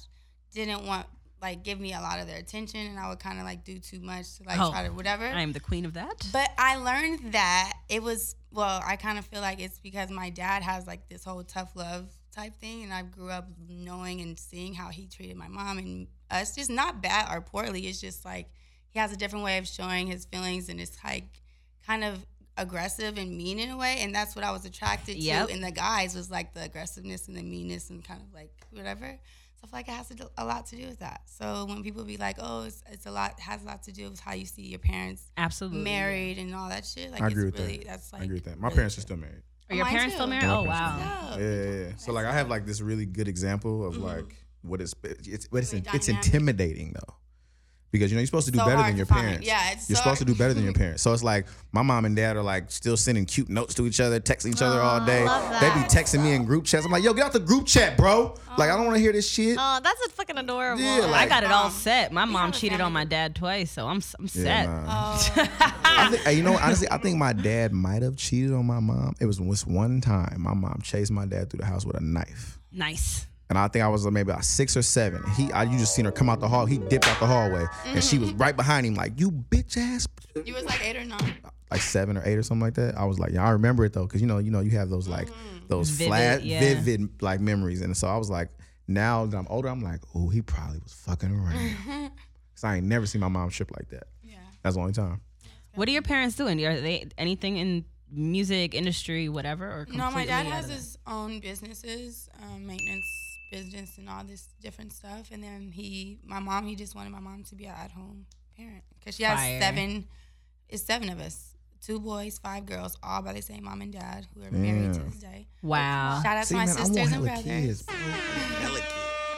Speaker 1: didn't want like give me a lot of their attention, and I would kind of like do too much to like
Speaker 5: Oh.
Speaker 1: try to whatever.
Speaker 5: I am the queen of that.
Speaker 1: But I learned that it was well, I kind of feel like it's because my dad has like this whole tough love type thing and I grew up knowing and seeing how he treated my mom and us just not bad or poorly. It's just like he has a different way of showing his feelings and it's like kind of aggressive and mean in a way and that's what I was attracted
Speaker 5: Yep.
Speaker 1: to in the guys was like the aggressiveness and the meanness and kind of like whatever. So I feel like it has to do, a lot to do with that. So when people be like, "Oh, it's, it's a lot," has a lot to do with how you see your parents
Speaker 5: Absolutely.
Speaker 1: married and all that shit. Like,
Speaker 8: I agree
Speaker 1: it's
Speaker 8: with
Speaker 1: really,
Speaker 8: that.
Speaker 1: That's like,
Speaker 8: I agree with that. My parents are still married.
Speaker 5: Are your
Speaker 1: Mine
Speaker 5: parents still
Speaker 1: too.
Speaker 5: married?
Speaker 8: Yeah,
Speaker 5: Oh
Speaker 8: my parents
Speaker 5: wow.
Speaker 1: Yeah.
Speaker 8: Yeah, yeah, yeah. So like I have like this really good example of like what it's it's but it's
Speaker 1: Really
Speaker 8: it's
Speaker 1: dynamic.
Speaker 8: intimidating though. Because you know you're supposed to do
Speaker 1: So
Speaker 8: better
Speaker 1: hard
Speaker 8: than
Speaker 1: to
Speaker 8: your
Speaker 1: find.
Speaker 8: parents.
Speaker 1: Yeah, it's
Speaker 8: you're
Speaker 1: so
Speaker 8: supposed to
Speaker 1: hard.
Speaker 8: do better than your parents. So it's like my mom and dad are like still sending cute notes to each other, texting each other all day.
Speaker 9: love
Speaker 8: They be
Speaker 9: that.
Speaker 8: texting me in group chats. I'm like, yo, get out the group chat, bro. Like I don't want to hear this shit.
Speaker 9: Oh, that's a fucking adorable.
Speaker 8: Yeah, like-
Speaker 5: I got it all
Speaker 1: Um,
Speaker 5: set. My mom
Speaker 1: have a
Speaker 5: cheated on
Speaker 1: family.
Speaker 5: my dad twice, so I'm s- I'm set.
Speaker 8: Yeah, nah.
Speaker 1: oh,
Speaker 8: I think, you know, honestly, I think my dad might have cheated on my mom. It was this one time my mom chased my dad through the house with a knife.
Speaker 5: *laughs* Nice.
Speaker 8: and I think I was maybe about six or seven. He, I, you just seen her come out the hall. He dipped out the hallway, and she
Speaker 1: Mm-hmm.
Speaker 8: was right behind him, like you bitch ass, b-"
Speaker 1: you was like eight or nine.
Speaker 8: like seven or eight or something like that. I was like, yeah, I remember it though, because you know, you know, you have those like
Speaker 1: Mm-hmm.
Speaker 8: those
Speaker 5: Vivid,
Speaker 8: flat,
Speaker 5: yeah.
Speaker 8: vivid like memories, and so I was like, now that I'm older, I'm like, oh, he probably was fucking around,
Speaker 1: *laughs*
Speaker 8: because I ain't never seen my mom trip like that.
Speaker 1: Yeah.
Speaker 8: That's the only time.
Speaker 5: What are your parents doing? Are they anything in music industry, whatever? Or
Speaker 1: No, my
Speaker 5: completely
Speaker 1: dad
Speaker 5: out
Speaker 1: has
Speaker 5: of that?
Speaker 1: his own businesses, um, maintenance business, and all this different stuff. And then he, my mom, he just wanted my mom to be an at-home parent because she has
Speaker 5: Fire.
Speaker 1: seven. It's seven of us. Two boys, five girls, all by the same mom and dad who are married to
Speaker 8: Damn.
Speaker 1: this day.
Speaker 5: wow.
Speaker 1: Shout out to my
Speaker 8: man, I
Speaker 1: sisters
Speaker 8: want
Speaker 1: and
Speaker 8: hella
Speaker 1: brothers.
Speaker 8: kids. bro. Hella kids.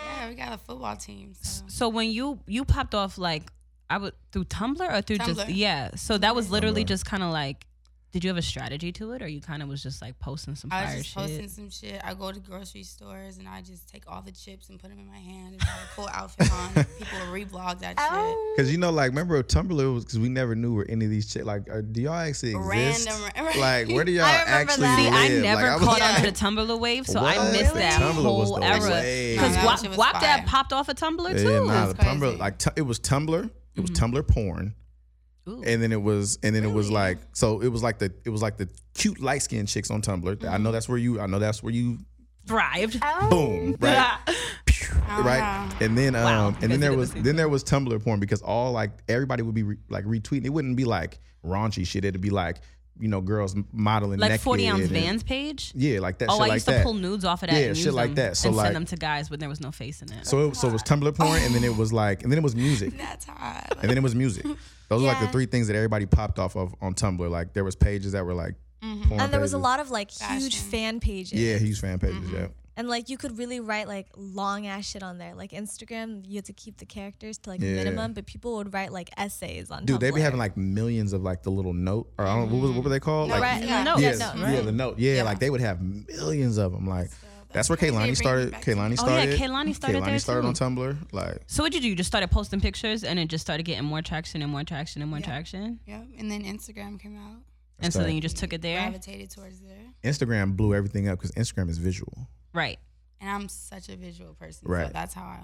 Speaker 1: Yeah, we got a football team. So.
Speaker 5: So when you you popped off like I would through Tumblr or through just
Speaker 1: Tumblr.
Speaker 5: yeah. So that was literally
Speaker 8: Tumblr.
Speaker 5: just kind of like. Did you have a strategy to it, or you kind of was just like posting some
Speaker 1: I
Speaker 5: fire
Speaker 1: was just
Speaker 5: shit?
Speaker 1: posting some shit. I go to grocery stores and I just take all the chips and put them in my hand and have a cool outfit
Speaker 5: *laughs*
Speaker 1: on. People reblog that
Speaker 5: Oh.
Speaker 1: shit.
Speaker 8: Cause you know, like, remember Tumblr was because we never knew where any of these shit. Like, are, do y'all actually exist?
Speaker 1: Random- right.
Speaker 8: Like, where do y'all
Speaker 9: I remember
Speaker 8: actually
Speaker 9: that.
Speaker 5: See,
Speaker 8: live?
Speaker 5: I never
Speaker 8: like, was-
Speaker 5: caught
Speaker 1: Yeah.
Speaker 5: on to the Tumblr wave, so I
Speaker 8: What?
Speaker 5: missed
Speaker 8: Really?
Speaker 5: that
Speaker 8: Tumblr was
Speaker 5: whole
Speaker 8: the
Speaker 5: era.
Speaker 8: wave.
Speaker 5: Because
Speaker 1: Nah, that shit was
Speaker 5: Wap Dad
Speaker 1: fire.
Speaker 5: popped off a Tumblr
Speaker 8: *laughs*
Speaker 5: Mm-hmm.
Speaker 8: Yeah,
Speaker 5: too.
Speaker 8: nah, the
Speaker 1: That's
Speaker 8: Tumblr.
Speaker 1: crazy.
Speaker 8: Like, tu- it was Tumblr. It was Tumblr porn.
Speaker 5: Ooh.
Speaker 8: And then it was, and then it was like, so it was like the, it was like the cute light skinned chicks on Tumblr. I
Speaker 5: Mm-hmm.
Speaker 8: know that's where you, I know that's where you,
Speaker 5: Thrived.
Speaker 1: *laughs*
Speaker 8: boom, right, right. And then, um,
Speaker 5: Wow,
Speaker 8: and
Speaker 5: because
Speaker 8: then there
Speaker 5: it
Speaker 8: was,
Speaker 5: was
Speaker 8: then there was Tumblr porn because all like everybody would be re- like retweeting. It wouldn't be like raunchy shit. It'd be like, you know, girls modeling
Speaker 5: like
Speaker 8: naked
Speaker 5: 40 ounce
Speaker 8: and-
Speaker 5: Vans page.
Speaker 8: Yeah, like that.
Speaker 5: Oh,
Speaker 8: shit
Speaker 5: I
Speaker 8: like
Speaker 5: used
Speaker 8: that.
Speaker 5: to pull nudes off of that.
Speaker 8: Yeah,
Speaker 5: and
Speaker 8: shit
Speaker 5: use
Speaker 8: like
Speaker 5: them
Speaker 8: that. So,
Speaker 5: and
Speaker 8: like-
Speaker 5: send them to guys when there was no face in it.
Speaker 8: So it, so it was Tumblr porn, and then it was like, and then it was music,
Speaker 1: That's hot.
Speaker 8: and then it was music. Those are like the
Speaker 9: Yeah.
Speaker 8: three things that everybody popped off of on Tumblr. Like there was pages that were like, porn
Speaker 9: And there was a
Speaker 8: pages.
Speaker 9: lot of like huge
Speaker 1: Fashion.
Speaker 9: fan pages.
Speaker 8: Yeah, huge fan pages. Yeah.
Speaker 9: And like you could really write like long ass shit on there. Like Instagram, you had to keep the characters to like
Speaker 8: Yeah.
Speaker 9: minimum, but people would write like essays on.
Speaker 8: Dude, they
Speaker 9: Tumblr.
Speaker 8: be having like millions of like the little note, or I don't know what, was, what were they called?
Speaker 1: No,
Speaker 8: like,
Speaker 1: right,
Speaker 9: yeah,
Speaker 5: no,
Speaker 8: yes,
Speaker 9: note,
Speaker 8: yeah,
Speaker 9: right.
Speaker 8: the note. Yeah, like they would have millions of them. Like that's, where
Speaker 1: crazy. It
Speaker 8: Kaylani
Speaker 1: brings me
Speaker 8: started.
Speaker 1: back to-
Speaker 8: Kaylani
Speaker 5: Oh, yeah,
Speaker 8: started.
Speaker 5: Kehlani started
Speaker 8: Kehlani
Speaker 5: there,
Speaker 8: started
Speaker 5: too.
Speaker 8: on Tumblr. Like
Speaker 5: So what did you do? You just started posting pictures, and it just started getting more traction and more traction and more traction.
Speaker 1: Yep. And then Instagram came out,
Speaker 5: And so
Speaker 8: right.
Speaker 5: then you just took it there,
Speaker 1: gravitated towards there.
Speaker 8: Instagram blew everything up because Instagram is visual.
Speaker 5: right?
Speaker 1: And I'm such a visual person,
Speaker 8: Right.
Speaker 1: so that's how I.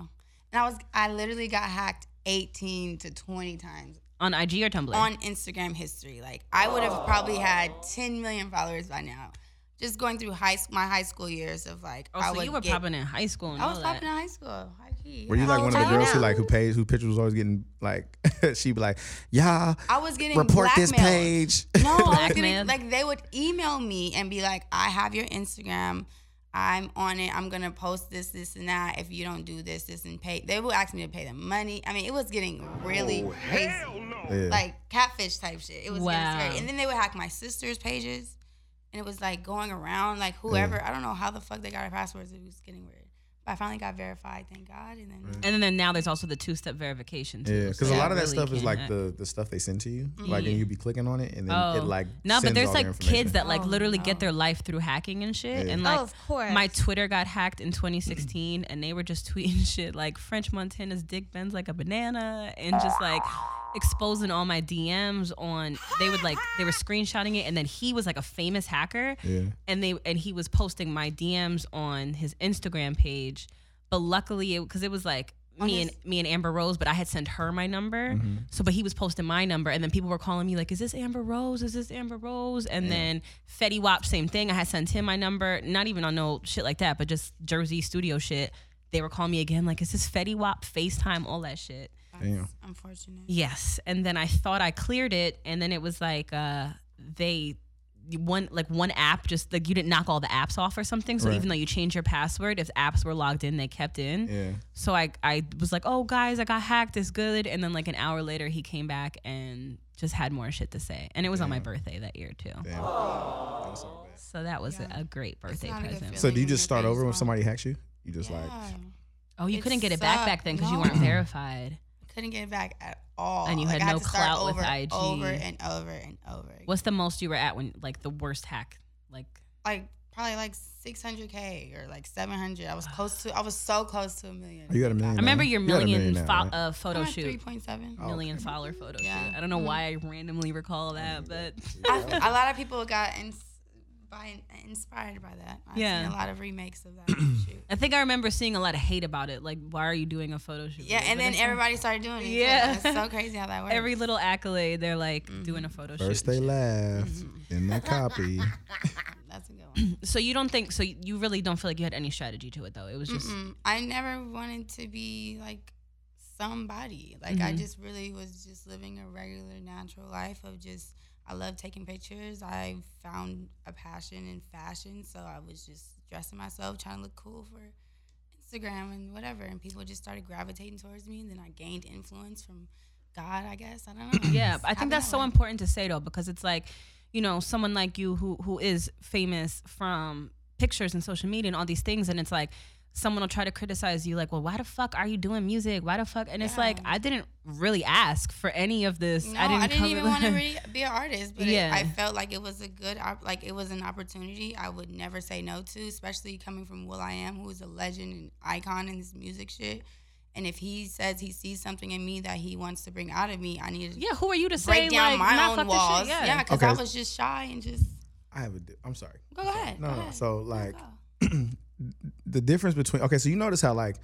Speaker 1: And I was, I literally got hacked 18 to 20 times
Speaker 5: On IG or Tumblr?
Speaker 1: on Instagram history. Like I would have probably had 10 million followers by now. Just going through high s- my high school years of like
Speaker 5: oh,
Speaker 1: I
Speaker 5: so
Speaker 1: would
Speaker 5: you were
Speaker 1: get-
Speaker 5: popping in high school. And
Speaker 1: I
Speaker 5: all
Speaker 1: was
Speaker 5: that.
Speaker 1: popping in high school. High key.
Speaker 8: Were you like
Speaker 9: How
Speaker 8: one of the
Speaker 9: old are you
Speaker 8: girls who
Speaker 9: now?
Speaker 8: like who page whose picture was always getting like *laughs* she'd be like, Yeah,
Speaker 1: I was getting
Speaker 8: report this
Speaker 1: blackmailed.
Speaker 8: page.
Speaker 1: *laughs* No, I was
Speaker 5: Blackmailed.
Speaker 1: getting like they would email me and be like, "I have your Instagram. I'm on it. I'm gonna post this, this, and that. If you don't do this, this, and pay, they would ask me to pay them money. I mean, it was getting really crazy,
Speaker 8: *laughs* Oh, Yeah.
Speaker 1: like catfish type shit. It was getting
Speaker 5: Wow.
Speaker 1: scary. And then they would hack my sister's pages, and it was like going around like whoever. I don't know how the fuck they got our passwords. It was getting weird. But I finally got verified, thank God. And then
Speaker 5: And then, then now there's also the two step verification. Too,
Speaker 8: Yeah, because
Speaker 5: so
Speaker 8: a lot of that
Speaker 5: really
Speaker 8: stuff is
Speaker 5: can
Speaker 8: like
Speaker 5: hack.
Speaker 8: the the stuff they send to you, like
Speaker 1: Mm-hmm.
Speaker 8: and you be clicking on it and then
Speaker 5: Oh.
Speaker 8: it like
Speaker 5: no, but
Speaker 8: sends
Speaker 5: there's
Speaker 8: all your
Speaker 5: like kids that like
Speaker 1: Oh,
Speaker 5: literally get
Speaker 1: no.
Speaker 5: their life through hacking and shit.
Speaker 8: Yeah.
Speaker 5: And like,
Speaker 9: Oh, of course.
Speaker 5: my Twitter got hacked in 2016, and they were just *laughs* tweeting shit like French Montana's dick bends like a banana, and just like exposing all my DMs on. They would like they were screenshotting it, and then he was like a famous hacker,
Speaker 8: information.
Speaker 5: and they and he was posting my DMs on his Instagram page. But luckily, because it, was like me and me and Amber Rose, but I had sent her my number. So, but he was posting my number, and then people were calling me like, "Is this Amber Rose? Is this Amber Rose?" And then Fetty Wap, same thing. I had sent him my number, not even on no shit like that, but just Jersey studio shit. They were calling me again, like, "Is this Fetty Wap? FaceTime, all that shit."
Speaker 8: Damn.
Speaker 1: Unfortunate.
Speaker 5: Yes, and then I thought I cleared it, and then it was like uh, they one like one app just like you didn't knock all the apps off or something. So
Speaker 8: Right.
Speaker 5: even though you changed your password, if apps were logged in, they kept in.
Speaker 8: Yeah.
Speaker 5: So I I was like, oh guys, I got hacked. It's good. And then like an hour later, he came back and just had more shit to say. And it was on my birthday that year too.
Speaker 8: Damn. That's so bad.
Speaker 5: So that was a a great birthday
Speaker 1: not a good
Speaker 5: present.
Speaker 8: So do you
Speaker 1: Feeling
Speaker 8: just start
Speaker 1: your
Speaker 8: over when
Speaker 1: face
Speaker 8: somebody hacks you? You just
Speaker 1: Yeah.
Speaker 8: like
Speaker 5: Oh, you
Speaker 1: It
Speaker 5: couldn't get it back
Speaker 1: sucked.
Speaker 5: back then because you
Speaker 1: No.
Speaker 5: weren't verified.
Speaker 1: Couldn't get it back at all.
Speaker 5: And you
Speaker 1: Like,
Speaker 5: had
Speaker 1: I had
Speaker 5: no
Speaker 1: to start
Speaker 5: clout with
Speaker 1: over,
Speaker 5: IG.
Speaker 1: Over and over and over. again.
Speaker 5: What's the most you were at when like the worst hack? Like
Speaker 1: like probably like 600k or like 700. I was
Speaker 5: *sighs*
Speaker 1: close to. I was so close to a million.
Speaker 8: you got a million. Oh.
Speaker 5: I remember your million
Speaker 8: now,
Speaker 5: fo-
Speaker 8: right?
Speaker 5: uh, photo
Speaker 1: I'm at
Speaker 5: shoot.
Speaker 1: 3.7.
Speaker 5: million follower photo
Speaker 1: Yeah.
Speaker 5: shoot. I don't know why I randomly recall that, but
Speaker 1: I feel- a lot of people got ins- by, inspired by that. I've
Speaker 5: Yeah.
Speaker 1: seen a lot of remakes of
Speaker 8: *clears throat*
Speaker 1: that shoot.
Speaker 5: I think I remember seeing a lot of hate about it. Like, why are you doing a photo shoot?
Speaker 1: Yeah,
Speaker 5: with it?
Speaker 1: and
Speaker 5: But
Speaker 1: then
Speaker 5: it's like
Speaker 1: everybody started doing it. too.
Speaker 5: Yeah.
Speaker 1: It's so crazy how that works.
Speaker 5: *laughs* every little accolade, they're like doing a photo
Speaker 8: First
Speaker 5: shoot.
Speaker 8: they laugh,
Speaker 1: Mm-hmm. *laughs*
Speaker 8: then they copy.
Speaker 1: That's a good one.
Speaker 5: So you don't think so? You really don't feel like you had any strategy to it though. It was just
Speaker 1: Mm-mm. I never wanted to be like somebody. Like
Speaker 5: Mm-hmm.
Speaker 1: I just really was just living a regular, natural life of just. I love taking pictures. I found a passion in fashion, so I was just dressing myself, trying to look cool for Instagram and whatever. And people just started gravitating towards me, and then I gained influence from God. I guess I don't know.
Speaker 5: yeah.
Speaker 1: It's
Speaker 5: I think
Speaker 1: happened
Speaker 5: that's
Speaker 1: that
Speaker 5: so
Speaker 1: way.
Speaker 5: important to say though because it's like, you know, someone like you who who is famous from pictures and social media and all these things, and it's like. Someone will try to criticize you, like, well, why the fuck are you doing music? Why the fuck? And it's like, I didn't really ask for any of this.
Speaker 1: No, I didn't,
Speaker 5: come-
Speaker 1: even
Speaker 5: *laughs*
Speaker 1: want to really be an artist, but it-
Speaker 5: Yeah.
Speaker 1: I felt like it was a good, op- like it was an opportunity I would never say no to, especially coming from Will I Am, who is a legend and icon in this music shit. And if he says he sees something in me that he wants to bring out of me, I need to
Speaker 5: Yeah, who are you to say
Speaker 1: break down
Speaker 5: like,
Speaker 1: my
Speaker 5: nah,
Speaker 1: own
Speaker 5: fuck this shit?
Speaker 1: walls.
Speaker 5: Yeah.
Speaker 1: Yeah, because
Speaker 8: Okay.
Speaker 1: I was just shy and just
Speaker 8: I have a. Di- I'm sorry.
Speaker 1: go ahead.
Speaker 8: No,
Speaker 1: go
Speaker 8: no.
Speaker 1: ahead.
Speaker 8: So like,
Speaker 1: Go.
Speaker 8: *clears throat* the difference between okay, so you notice how like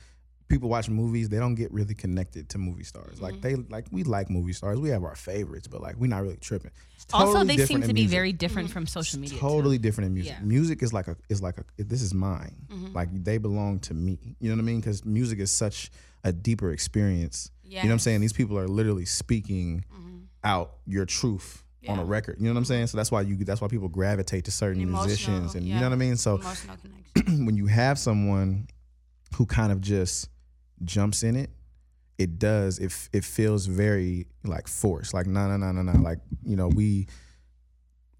Speaker 8: people watch movies, they don't get really connected to movie stars. Like
Speaker 5: Mm-hmm.
Speaker 8: they like we like movie stars, we have our favorites, but like we're not really tripping. It's
Speaker 5: also,
Speaker 8: totally
Speaker 5: they seem
Speaker 8: different
Speaker 5: to
Speaker 8: in
Speaker 5: be
Speaker 8: music.
Speaker 5: very different
Speaker 1: Mm-hmm.
Speaker 5: from social media. too.
Speaker 8: Totally different in music.
Speaker 5: Yeah.
Speaker 8: Music is like a is like a this is mine. Like they belong to me. You know what I mean? Because music is such a deeper experience. You know what I'm
Speaker 1: Yes.
Speaker 8: saying? These people are literally speaking out your truth on a record. You know what I'm saying? So that's why you that's why people gravitate to certain musicians
Speaker 1: Emotional,
Speaker 8: and you
Speaker 1: yeah.
Speaker 8: know what I mean? So
Speaker 1: Emotional connection.
Speaker 8: *clears throat* when you have someone who kind of just jumps in it, it does. It f- it feels very like forced. Like no no no no no. Like you know we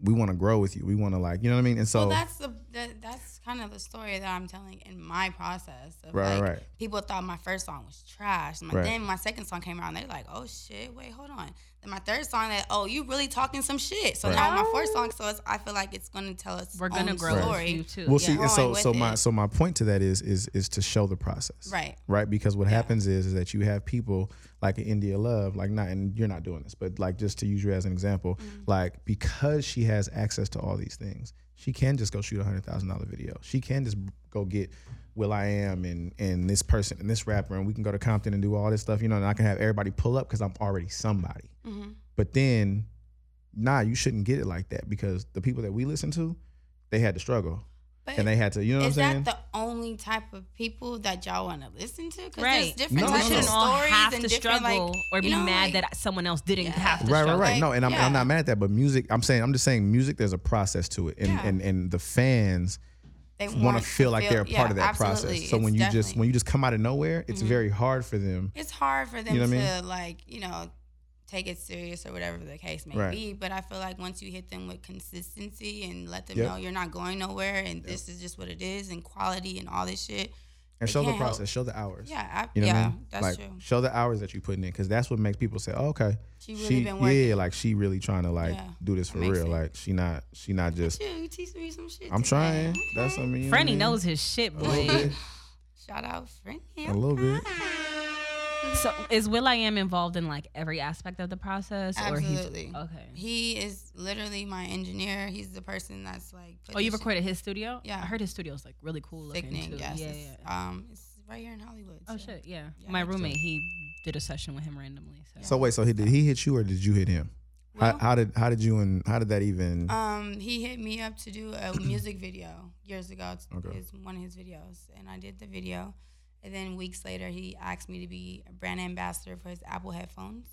Speaker 8: we want to grow with you. We want to like you know what I mean. And so
Speaker 1: well, that's the that, that's kind of the story that I'm telling in my process. Of
Speaker 8: Right,
Speaker 1: like,
Speaker 8: right, right.
Speaker 1: People thought my first song was trash. My,
Speaker 8: Right.
Speaker 1: Then my second song came around. They're like, "Oh shit, wait, hold on." Then my third song, that oh, you really talking some shit. So
Speaker 8: Right.
Speaker 1: now my fourth song, so it's, I feel like it's gonna tell us
Speaker 5: Oh. We're gonna
Speaker 1: own
Speaker 5: grow with
Speaker 1: story.
Speaker 5: you too.
Speaker 8: well
Speaker 5: yeah.
Speaker 8: see. And
Speaker 1: Growing
Speaker 8: so
Speaker 1: with
Speaker 8: so my
Speaker 1: it.
Speaker 8: so my point to that is is is to show the process.
Speaker 1: Right.
Speaker 8: Right. Because what happens is is that you have people like in India Love, like not and you're not doing this, but like just to use you as an example,
Speaker 1: Mm-hmm.
Speaker 8: like because she has access to all these things, she can just go shoot a hundred thousand dollar video. She can just go get Will I Am and and this person and this rapper, and we can go to Compton and do all this stuff, you know, and I can have everybody pull up because I'm already somebody.
Speaker 1: Mm-hmm.
Speaker 8: But then, nah, you shouldn't get it like that because the people that we listen to, they had to struggle.
Speaker 1: But
Speaker 8: and they had to, you know what I'm
Speaker 1: Is
Speaker 8: saying?
Speaker 1: that the only type of people that y'all want to listen to? Because there's
Speaker 5: Right.
Speaker 1: different
Speaker 8: No,
Speaker 1: types
Speaker 8: no,
Speaker 1: of
Speaker 8: no.
Speaker 5: all
Speaker 1: stories
Speaker 5: have
Speaker 1: and
Speaker 5: to
Speaker 1: different
Speaker 5: struggle
Speaker 1: like
Speaker 5: or be
Speaker 1: you know,
Speaker 5: mad
Speaker 1: like-
Speaker 5: that someone else didn't have to
Speaker 8: right,
Speaker 5: struggle.
Speaker 8: right, right.
Speaker 1: Like,
Speaker 8: no, and I'm,
Speaker 1: yeah.
Speaker 8: I'm not mad at that, but music, I'm saying, I'm just saying, music. There's a process to it, and
Speaker 1: Yeah.
Speaker 8: and, and the fans
Speaker 1: they
Speaker 8: want to feel like they're a part
Speaker 1: yeah,
Speaker 8: of that
Speaker 1: absolutely.
Speaker 8: process. So
Speaker 1: It's
Speaker 8: when you just
Speaker 1: definitely- Mm-hmm.
Speaker 8: when you just come out of nowhere, it's very hard for them.
Speaker 1: it's hard for them
Speaker 8: You know what
Speaker 1: to
Speaker 8: I
Speaker 1: like you know take it serious or whatever the case may
Speaker 8: Right.
Speaker 1: be but i feel like once you hit them with consistency and let them
Speaker 8: Yep.
Speaker 1: know you're not going nowhere and this is just what it is and quality and all this shit
Speaker 8: And show the
Speaker 1: can't help-
Speaker 8: process, show the hours.
Speaker 1: yeah I,
Speaker 8: You know
Speaker 1: yeah
Speaker 8: what I mean?
Speaker 1: that's
Speaker 8: like,
Speaker 1: true
Speaker 8: Show the hours that you putting in, because that's what makes people say, oh, "Okay,
Speaker 1: She really been working.
Speaker 8: yeah, like she really trying to like
Speaker 1: Yeah.
Speaker 8: do this for
Speaker 1: Makes
Speaker 8: real.
Speaker 1: sense.
Speaker 8: Like she not, she not just.
Speaker 1: Shoot, you teaching me some shit
Speaker 8: I'm
Speaker 1: today.
Speaker 8: trying.
Speaker 1: Okay.
Speaker 8: That's what I mean. you know what I
Speaker 5: Franny
Speaker 8: mean?
Speaker 5: knows his shit,
Speaker 8: a little
Speaker 5: boy.
Speaker 8: bit,
Speaker 1: shout out friend
Speaker 8: a little bit.
Speaker 5: so is Will I Am involved in like every aspect of the process?
Speaker 1: absolutely
Speaker 5: Or he's, okay.
Speaker 1: he is literally my engineer he's the person that's like
Speaker 5: oh, you
Speaker 1: putting shit-
Speaker 5: recorded his studio?
Speaker 1: Yeah.
Speaker 5: I heard his studio's like really cool looking
Speaker 1: sickening
Speaker 5: too.
Speaker 1: yes
Speaker 5: Yeah,
Speaker 1: it's,
Speaker 5: yeah.
Speaker 1: um it's right here in Hollywood.
Speaker 5: Oh
Speaker 1: so-
Speaker 5: shit, yeah.
Speaker 1: Yeah,
Speaker 5: My
Speaker 1: I think so.
Speaker 5: roommate, he did a session with him randomly. So,
Speaker 8: So wait, so he did he hit you or did you hit him?
Speaker 1: Well,
Speaker 8: how, how did how did you and how did that even?
Speaker 1: Um, he hit me up to do a music video years ago. It's
Speaker 8: Okay.
Speaker 1: it's one of his videos, and I did the video. And then weeks later, he asked me to be a brand ambassador for his Apple headphones,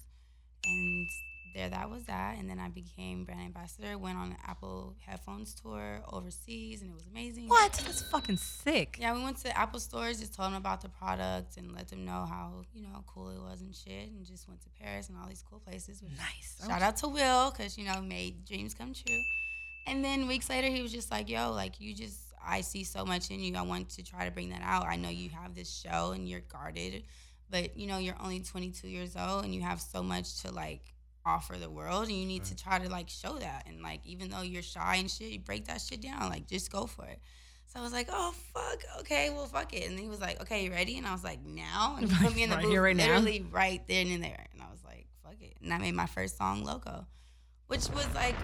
Speaker 1: and there that was that. And then I became brand ambassador, went on an Apple headphones tour overseas, and it was amazing.
Speaker 5: what? That's fucking sick.
Speaker 1: Yeah, we went to Apple stores, just told them about the product and let them know how you know cool it was and shit, and just went to Paris and all these cool places. Which
Speaker 5: Nice.
Speaker 1: Shout out to Will because you know made dreams come true. And then weeks later, he was just like, "Yo, like you just I see so much in you. I want to try to bring that out. I know you have this show and you're guarded, but you know you're only 22 years old and you have so much to like." offer the world and you need to try to like show that and like even though you're shy and shit you break that shit down like just go for it so I was like, oh fuck, okay, well fuck it. And he was like, okay, you ready? And I was like, now.
Speaker 5: *laughs*
Speaker 1: And he put me in the
Speaker 5: Right
Speaker 1: booth,
Speaker 5: here, right now?
Speaker 1: literally right then and there. And I was like, fuck it. And I made my first song, Loco, which was like,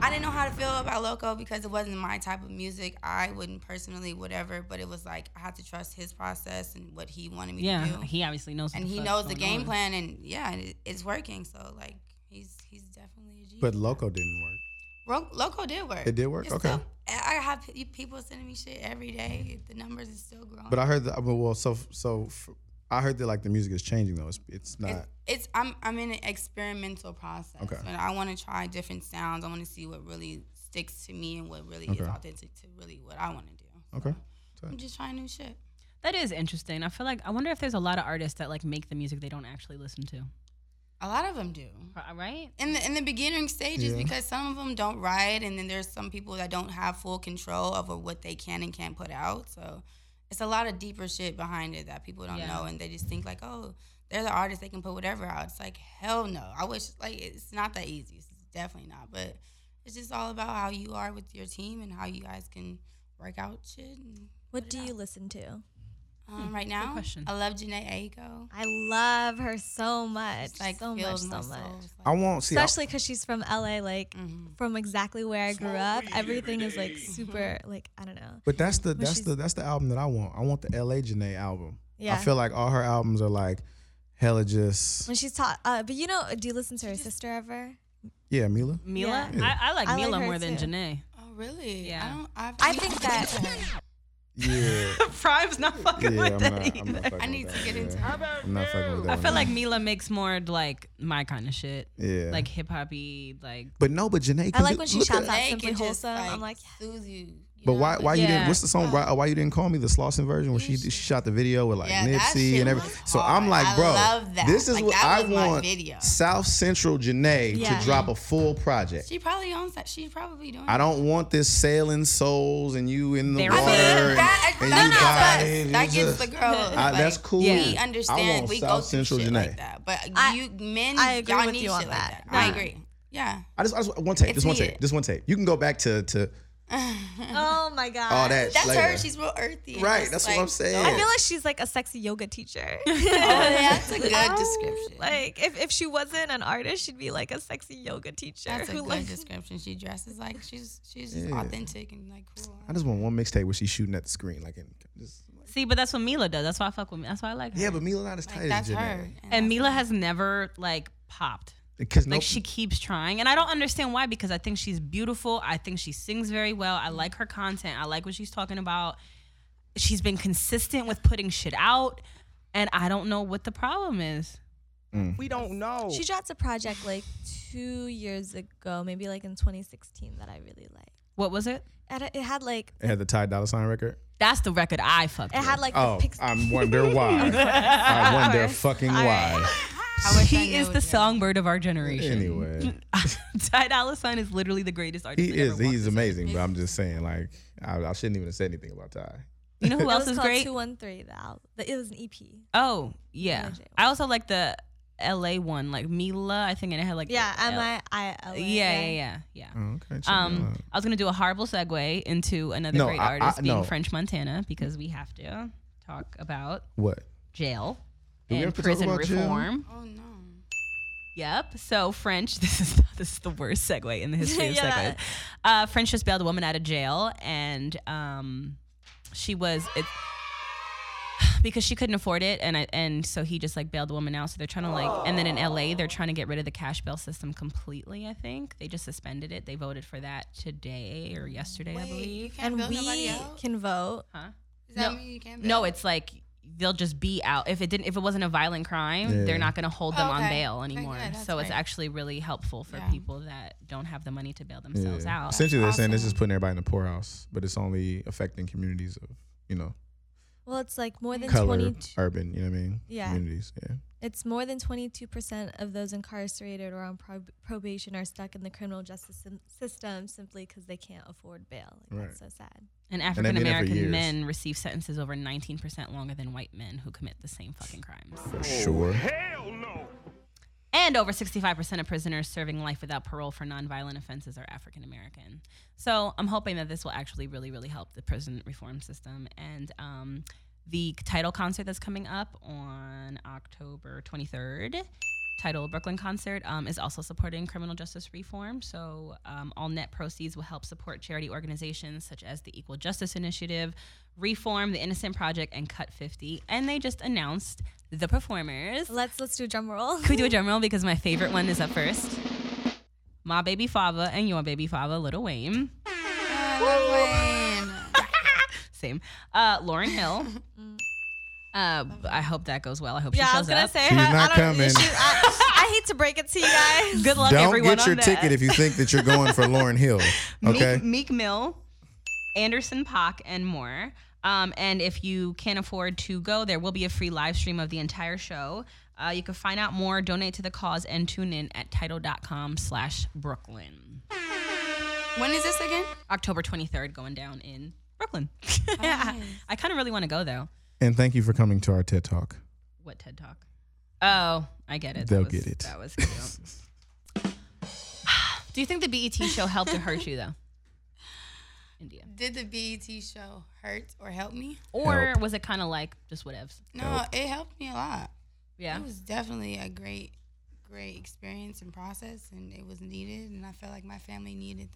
Speaker 1: I didn't know how to feel about Loco because it wasn't my type of music. I wouldn't personally, whatever. But it was like I had to trust his process and what he wanted me
Speaker 5: Yeah,
Speaker 1: to do.
Speaker 5: he obviously knows. what
Speaker 1: and
Speaker 5: the
Speaker 1: he
Speaker 5: fuck's
Speaker 1: knows the
Speaker 5: going
Speaker 1: game
Speaker 5: on.
Speaker 1: plan, and yeah, and it, it's working. So like, he's he's definitely a G.
Speaker 8: But loco didn't work.
Speaker 1: Ro- Loco did work.
Speaker 8: It did work?
Speaker 1: It's
Speaker 8: Okay.
Speaker 1: still- I I have pe- people sending me shit every day. The numbers is still growing.
Speaker 8: But I heard that. Well, so so f- I heard that like the music is changing though. It's it's not.
Speaker 1: it's, it's I'm I'm in an experimental process.
Speaker 8: Okay.
Speaker 1: And I want to try different sounds. I want to see what really sticks to me and what really
Speaker 8: Okay.
Speaker 1: is authentic to really what I want to do. So
Speaker 8: okay.
Speaker 1: I'm just trying new shit.
Speaker 5: That is interesting. I feel like I wonder if there's a lot of artists that like make the music they don't actually listen to.
Speaker 1: A lot of them do.
Speaker 5: Right?
Speaker 1: In the in the beginning stages,
Speaker 8: Yeah.
Speaker 1: because some of them don't write, and then there's some people that don't have full control over what they can and can't put out. So it's a lot of deeper shit behind it that people don't
Speaker 5: Yeah.
Speaker 1: know, and they just think like, oh, they're the artist, they can put whatever out. It's like hell no. I wish like it's not that easy. It's definitely not. But it's just all about how you are with your team and how you guys can work out shit. And,
Speaker 9: What do you listen to?
Speaker 1: um,
Speaker 9: Hmm,
Speaker 1: right now,
Speaker 5: question.
Speaker 1: I love Janae Aiko.
Speaker 9: I love her so much,
Speaker 1: It's like
Speaker 9: so much,
Speaker 1: filled
Speaker 9: so
Speaker 1: my
Speaker 9: much.
Speaker 1: soul. Mm-hmm. It's
Speaker 8: I
Speaker 1: like-
Speaker 8: won't see. I-
Speaker 9: Especially because she's from LA, like from exactly where I grew up. Everything is like
Speaker 1: Mm-hmm.
Speaker 9: super, like I don't know.
Speaker 8: But that's the that's
Speaker 9: she's-
Speaker 8: the that's the album that I want. I want the L.A. Janae album. I
Speaker 9: Yeah.
Speaker 8: feel like all her albums are like hella just
Speaker 9: When she's taught, uh, but you know, do you listen to her sister
Speaker 1: *laughs*
Speaker 9: ever?
Speaker 8: yeah Mila.
Speaker 5: Mila?
Speaker 8: Yeah.
Speaker 5: I, I like
Speaker 9: I like
Speaker 5: Mila
Speaker 9: her
Speaker 5: more than
Speaker 9: too.
Speaker 5: Janae. *laughs*
Speaker 1: Oh really?
Speaker 5: Yeah.
Speaker 1: I don't. I've,
Speaker 9: I think that-
Speaker 1: into her.
Speaker 8: Yeah,
Speaker 5: Prime's not
Speaker 8: yeah.
Speaker 5: fucking *laughs*
Speaker 8: I'm
Speaker 5: with
Speaker 8: not.
Speaker 5: that
Speaker 8: I'm
Speaker 5: either.
Speaker 8: not fucking
Speaker 1: I need
Speaker 8: with
Speaker 1: to
Speaker 8: that.
Speaker 1: get
Speaker 8: yeah.
Speaker 1: into. Her.
Speaker 8: I'm not fucking with that.
Speaker 5: I feel
Speaker 8: one.
Speaker 5: like Mila makes more like my kind of shit.
Speaker 8: yeah,
Speaker 5: Like hip hoppy, like
Speaker 8: But no, but Janae.
Speaker 9: I
Speaker 8: can
Speaker 9: like
Speaker 8: do-
Speaker 9: when she
Speaker 8: look at-
Speaker 9: shouts out
Speaker 1: They
Speaker 9: simply
Speaker 1: can just,
Speaker 9: wholesome. I'm like,
Speaker 1: soothe you. you
Speaker 8: But
Speaker 1: know?
Speaker 8: why? Why you didn't?
Speaker 5: Yeah.
Speaker 8: What's the song? Why, uh, why you didn't call me? The Sloss and Version when she she shot the video with like
Speaker 1: Yeah, that
Speaker 8: Nipsey
Speaker 1: shit
Speaker 8: and
Speaker 1: was
Speaker 8: everything. So I'm
Speaker 1: hard.
Speaker 8: like,
Speaker 1: I
Speaker 8: bro,
Speaker 1: love that.
Speaker 8: this is
Speaker 1: Like,
Speaker 8: what
Speaker 1: that
Speaker 8: I
Speaker 1: was my
Speaker 8: want.
Speaker 1: video.
Speaker 8: South Central Janae
Speaker 9: Yeah.
Speaker 8: to drop a full project.
Speaker 1: She probably owns that. She's probably doing.
Speaker 8: I don't want this sailing souls and you in the
Speaker 5: There it
Speaker 8: water.
Speaker 5: is.
Speaker 1: I mean,
Speaker 8: and-
Speaker 1: that,
Speaker 8: and
Speaker 1: that,
Speaker 8: you
Speaker 1: gets
Speaker 8: got it,
Speaker 1: us.
Speaker 8: and
Speaker 1: that
Speaker 8: you
Speaker 1: gets
Speaker 8: just-
Speaker 1: the
Speaker 9: *laughs*
Speaker 1: girls.
Speaker 8: I-
Speaker 1: like,
Speaker 8: that's cool.
Speaker 5: Yeah.
Speaker 1: We
Speaker 8: I
Speaker 1: understand.
Speaker 8: want
Speaker 1: We go
Speaker 8: South
Speaker 1: through
Speaker 8: Central
Speaker 1: shit
Speaker 8: Janae.
Speaker 1: like that. But
Speaker 9: I-
Speaker 1: you men,
Speaker 9: I agree
Speaker 1: y'all
Speaker 9: with
Speaker 1: need
Speaker 9: you
Speaker 1: shit
Speaker 9: on
Speaker 1: like
Speaker 9: that.
Speaker 1: that.
Speaker 9: Yeah.
Speaker 1: I agree.
Speaker 9: *laughs*
Speaker 1: Yeah.
Speaker 8: I just, I just one take,
Speaker 1: It's
Speaker 8: just one
Speaker 1: needed.
Speaker 8: take, just one take. You can go back to to
Speaker 9: oh my god.
Speaker 8: all that.
Speaker 1: That's
Speaker 8: later.
Speaker 1: her. She's real earthy. and
Speaker 8: right.
Speaker 1: just
Speaker 8: That's what
Speaker 1: like-
Speaker 8: I'm saying.
Speaker 9: I feel like she's like a sexy yoga *laughs* teacher. Oh,
Speaker 1: Oh, yeah, that's
Speaker 9: *laughs*
Speaker 1: a good description.
Speaker 9: like if, if she wasn't an artist, she'd be like a sexy yoga teacher
Speaker 1: that's a
Speaker 9: who
Speaker 1: good
Speaker 9: like
Speaker 1: description. She dresses like she's she's just
Speaker 8: Yeah.
Speaker 1: authentic and like cool.
Speaker 8: I just want one mixtape where she's shooting at the screen, like and just.
Speaker 5: see, but that's what Mila does. That's why I fuck with me. That's why I like her.
Speaker 8: Yeah, but Mila not as
Speaker 1: Like,
Speaker 8: tight
Speaker 1: that's
Speaker 8: as Janae.
Speaker 1: her.
Speaker 5: and
Speaker 1: that's-
Speaker 5: Mila has never like popped.
Speaker 8: Because
Speaker 5: Like
Speaker 8: nope.
Speaker 5: she keeps trying, and I don't understand why. Because I think she's beautiful. I think she sings very well. I like her content. I like what she's talking about. She's been consistent with putting shit out, and I don't know what the problem is.
Speaker 10: We don't
Speaker 8: Oh.
Speaker 10: know.
Speaker 9: she dropped a project like two years ago, maybe like in 2016 that I really like.
Speaker 5: What was it?
Speaker 9: And it- It had like
Speaker 8: It had the Ty Dolla Sign record.
Speaker 5: That's the record I fucked.
Speaker 9: it
Speaker 5: with.
Speaker 9: had like
Speaker 8: Oh,
Speaker 9: the pics-
Speaker 8: I
Speaker 5: *laughs*
Speaker 8: wonder why. I wonder fucking why.
Speaker 1: I wish I
Speaker 5: He
Speaker 1: knew
Speaker 5: is
Speaker 1: what
Speaker 5: the
Speaker 1: that-
Speaker 5: songbird of our generation.
Speaker 8: Anyway,
Speaker 5: *laughs* Ty Dolla Sign is literally the greatest artist.
Speaker 8: he
Speaker 5: that
Speaker 8: is
Speaker 5: ever walked
Speaker 8: he's
Speaker 5: this earth.
Speaker 8: amazing, but I'm just saying, like, I, I shouldn't even have said anything about Ty.
Speaker 5: You know who
Speaker 9: It
Speaker 5: else
Speaker 9: was
Speaker 5: is
Speaker 9: called
Speaker 5: great?
Speaker 9: 213. The album. It was an E EP.
Speaker 5: Oh yeah.
Speaker 9: Legit.
Speaker 5: I also like the L.A. one, like Mila. I think, and it had like
Speaker 9: Yeah,
Speaker 5: L-
Speaker 9: am I? I L A,
Speaker 5: Yeah, yeah, yeah, yeah.
Speaker 8: Oh, okay. check it
Speaker 5: Um,
Speaker 8: out.
Speaker 5: I was gonna do a horrible segue into another
Speaker 8: No,
Speaker 5: great
Speaker 8: I- I-
Speaker 5: artist being
Speaker 8: no.
Speaker 5: French Montana because we have to talk about
Speaker 8: what?
Speaker 5: jail
Speaker 8: Do we
Speaker 5: and
Speaker 8: have to talk
Speaker 5: prison
Speaker 8: about jail?
Speaker 5: reform.
Speaker 1: Oh no.
Speaker 5: Yep. So French, *laughs* this is this is the worst segue in the history of
Speaker 9: Yeah.
Speaker 5: segues. Uh, French just bailed a woman out of jail, and um, she was. It, *sighs* because she couldn't afford it, and I, and so he just like bailed the woman out. So they're trying to like, and then in L.A. they're trying to get rid of the cash bail system completely. I think they just suspended it. They voted for that today or yesterday, I believe.
Speaker 9: and we can vote.
Speaker 5: Huh?
Speaker 1: Does that
Speaker 5: no,
Speaker 1: mean you can't
Speaker 5: no, it's like they'll just be out if it didn't if it wasn't a violent crime.
Speaker 8: Yeah.
Speaker 5: They're not going to hold them on
Speaker 1: Oh, Okay.
Speaker 5: bail
Speaker 1: Okay,
Speaker 5: anymore.
Speaker 1: good, that's
Speaker 5: so it's
Speaker 1: great.
Speaker 5: actually really helpful for
Speaker 1: Yeah.
Speaker 5: people that don't have the money to bail themselves
Speaker 8: Yeah.
Speaker 5: out.
Speaker 8: Essentially, they're saying this is putting everybody in the poorhouse, but it's only affecting communities of you know
Speaker 9: Well, it's like more than
Speaker 8: color,
Speaker 9: 20.
Speaker 8: urban. You know what I mean?
Speaker 9: Yeah.
Speaker 8: Communities. Yeah.
Speaker 9: It's more than 22% of those incarcerated or on prob- probation are stuck in the criminal justice sym- system simply because they can't afford bail. Like, That's so
Speaker 8: Right.
Speaker 9: sad.
Speaker 5: And
Speaker 8: And they've
Speaker 5: African
Speaker 8: been there for
Speaker 5: American
Speaker 8: years.
Speaker 5: men receive sentences over 19% longer than white men who commit the same fucking crimes.
Speaker 8: Oh. Sure.
Speaker 5: And over 65% of prisoners serving life without parole for nonviolent offenses are African American. So I'm hoping that this will actually really, really help the prison reform system. And um, the title concert that's coming up on October 23rd, title Brooklyn concert, um, is also supporting criminal justice reform. So um, all net proceeds will help support charity organizations such as the Equal Justice Initiative, Reform, the Innocent Project, and Cut 50. And they just announced the performers.
Speaker 9: Let's let's do a drum roll.
Speaker 5: Can we do a drum roll because my favorite one is up first? My baby Fava and your baby Fava, Little Wayne. Same. Uh, Lauren
Speaker 9: *laughs*
Speaker 5: Hill. Uh, I hope that goes well. I hope
Speaker 9: Yeah,
Speaker 5: she
Speaker 9: I
Speaker 5: shows
Speaker 9: was gonna
Speaker 5: up.
Speaker 9: say.
Speaker 8: She's
Speaker 9: I,
Speaker 8: not
Speaker 9: I don't,
Speaker 8: coming.
Speaker 9: She, I, I hate to break it to you guys.
Speaker 5: Good luck,
Speaker 8: Don't
Speaker 5: everyone.
Speaker 8: get your
Speaker 5: on that.
Speaker 8: ticket if you think that you're going
Speaker 5: *laughs*
Speaker 8: for Lauren Hill. Okay.
Speaker 5: Meek, Meek Mill, Anderson Pock, and more. Um, and if you can't afford to go, there will be a free live stream of the entire show. Uh, you can find out more, donate to the cause, and tune in at title.com slash Brooklyn.
Speaker 1: When is this again?
Speaker 5: October 23rd going down in Brooklyn. *laughs* I, kind of really want to go though.
Speaker 8: And thank you for coming to our TED Talk.
Speaker 5: What TED Talk? Oh, I get it. That
Speaker 8: They'll
Speaker 5: was-
Speaker 8: get it.
Speaker 5: That was cute. *sighs* Do you think the BET show helped or hurt you though? India.
Speaker 1: Did the BET show hurt or help me?
Speaker 5: Or
Speaker 8: Help.
Speaker 5: was it kind of like just whatevs?
Speaker 1: No, it helped me a lot.
Speaker 5: Yeah.
Speaker 1: It was definitely a great, great experience and process, and it was needed. And I felt like my family needed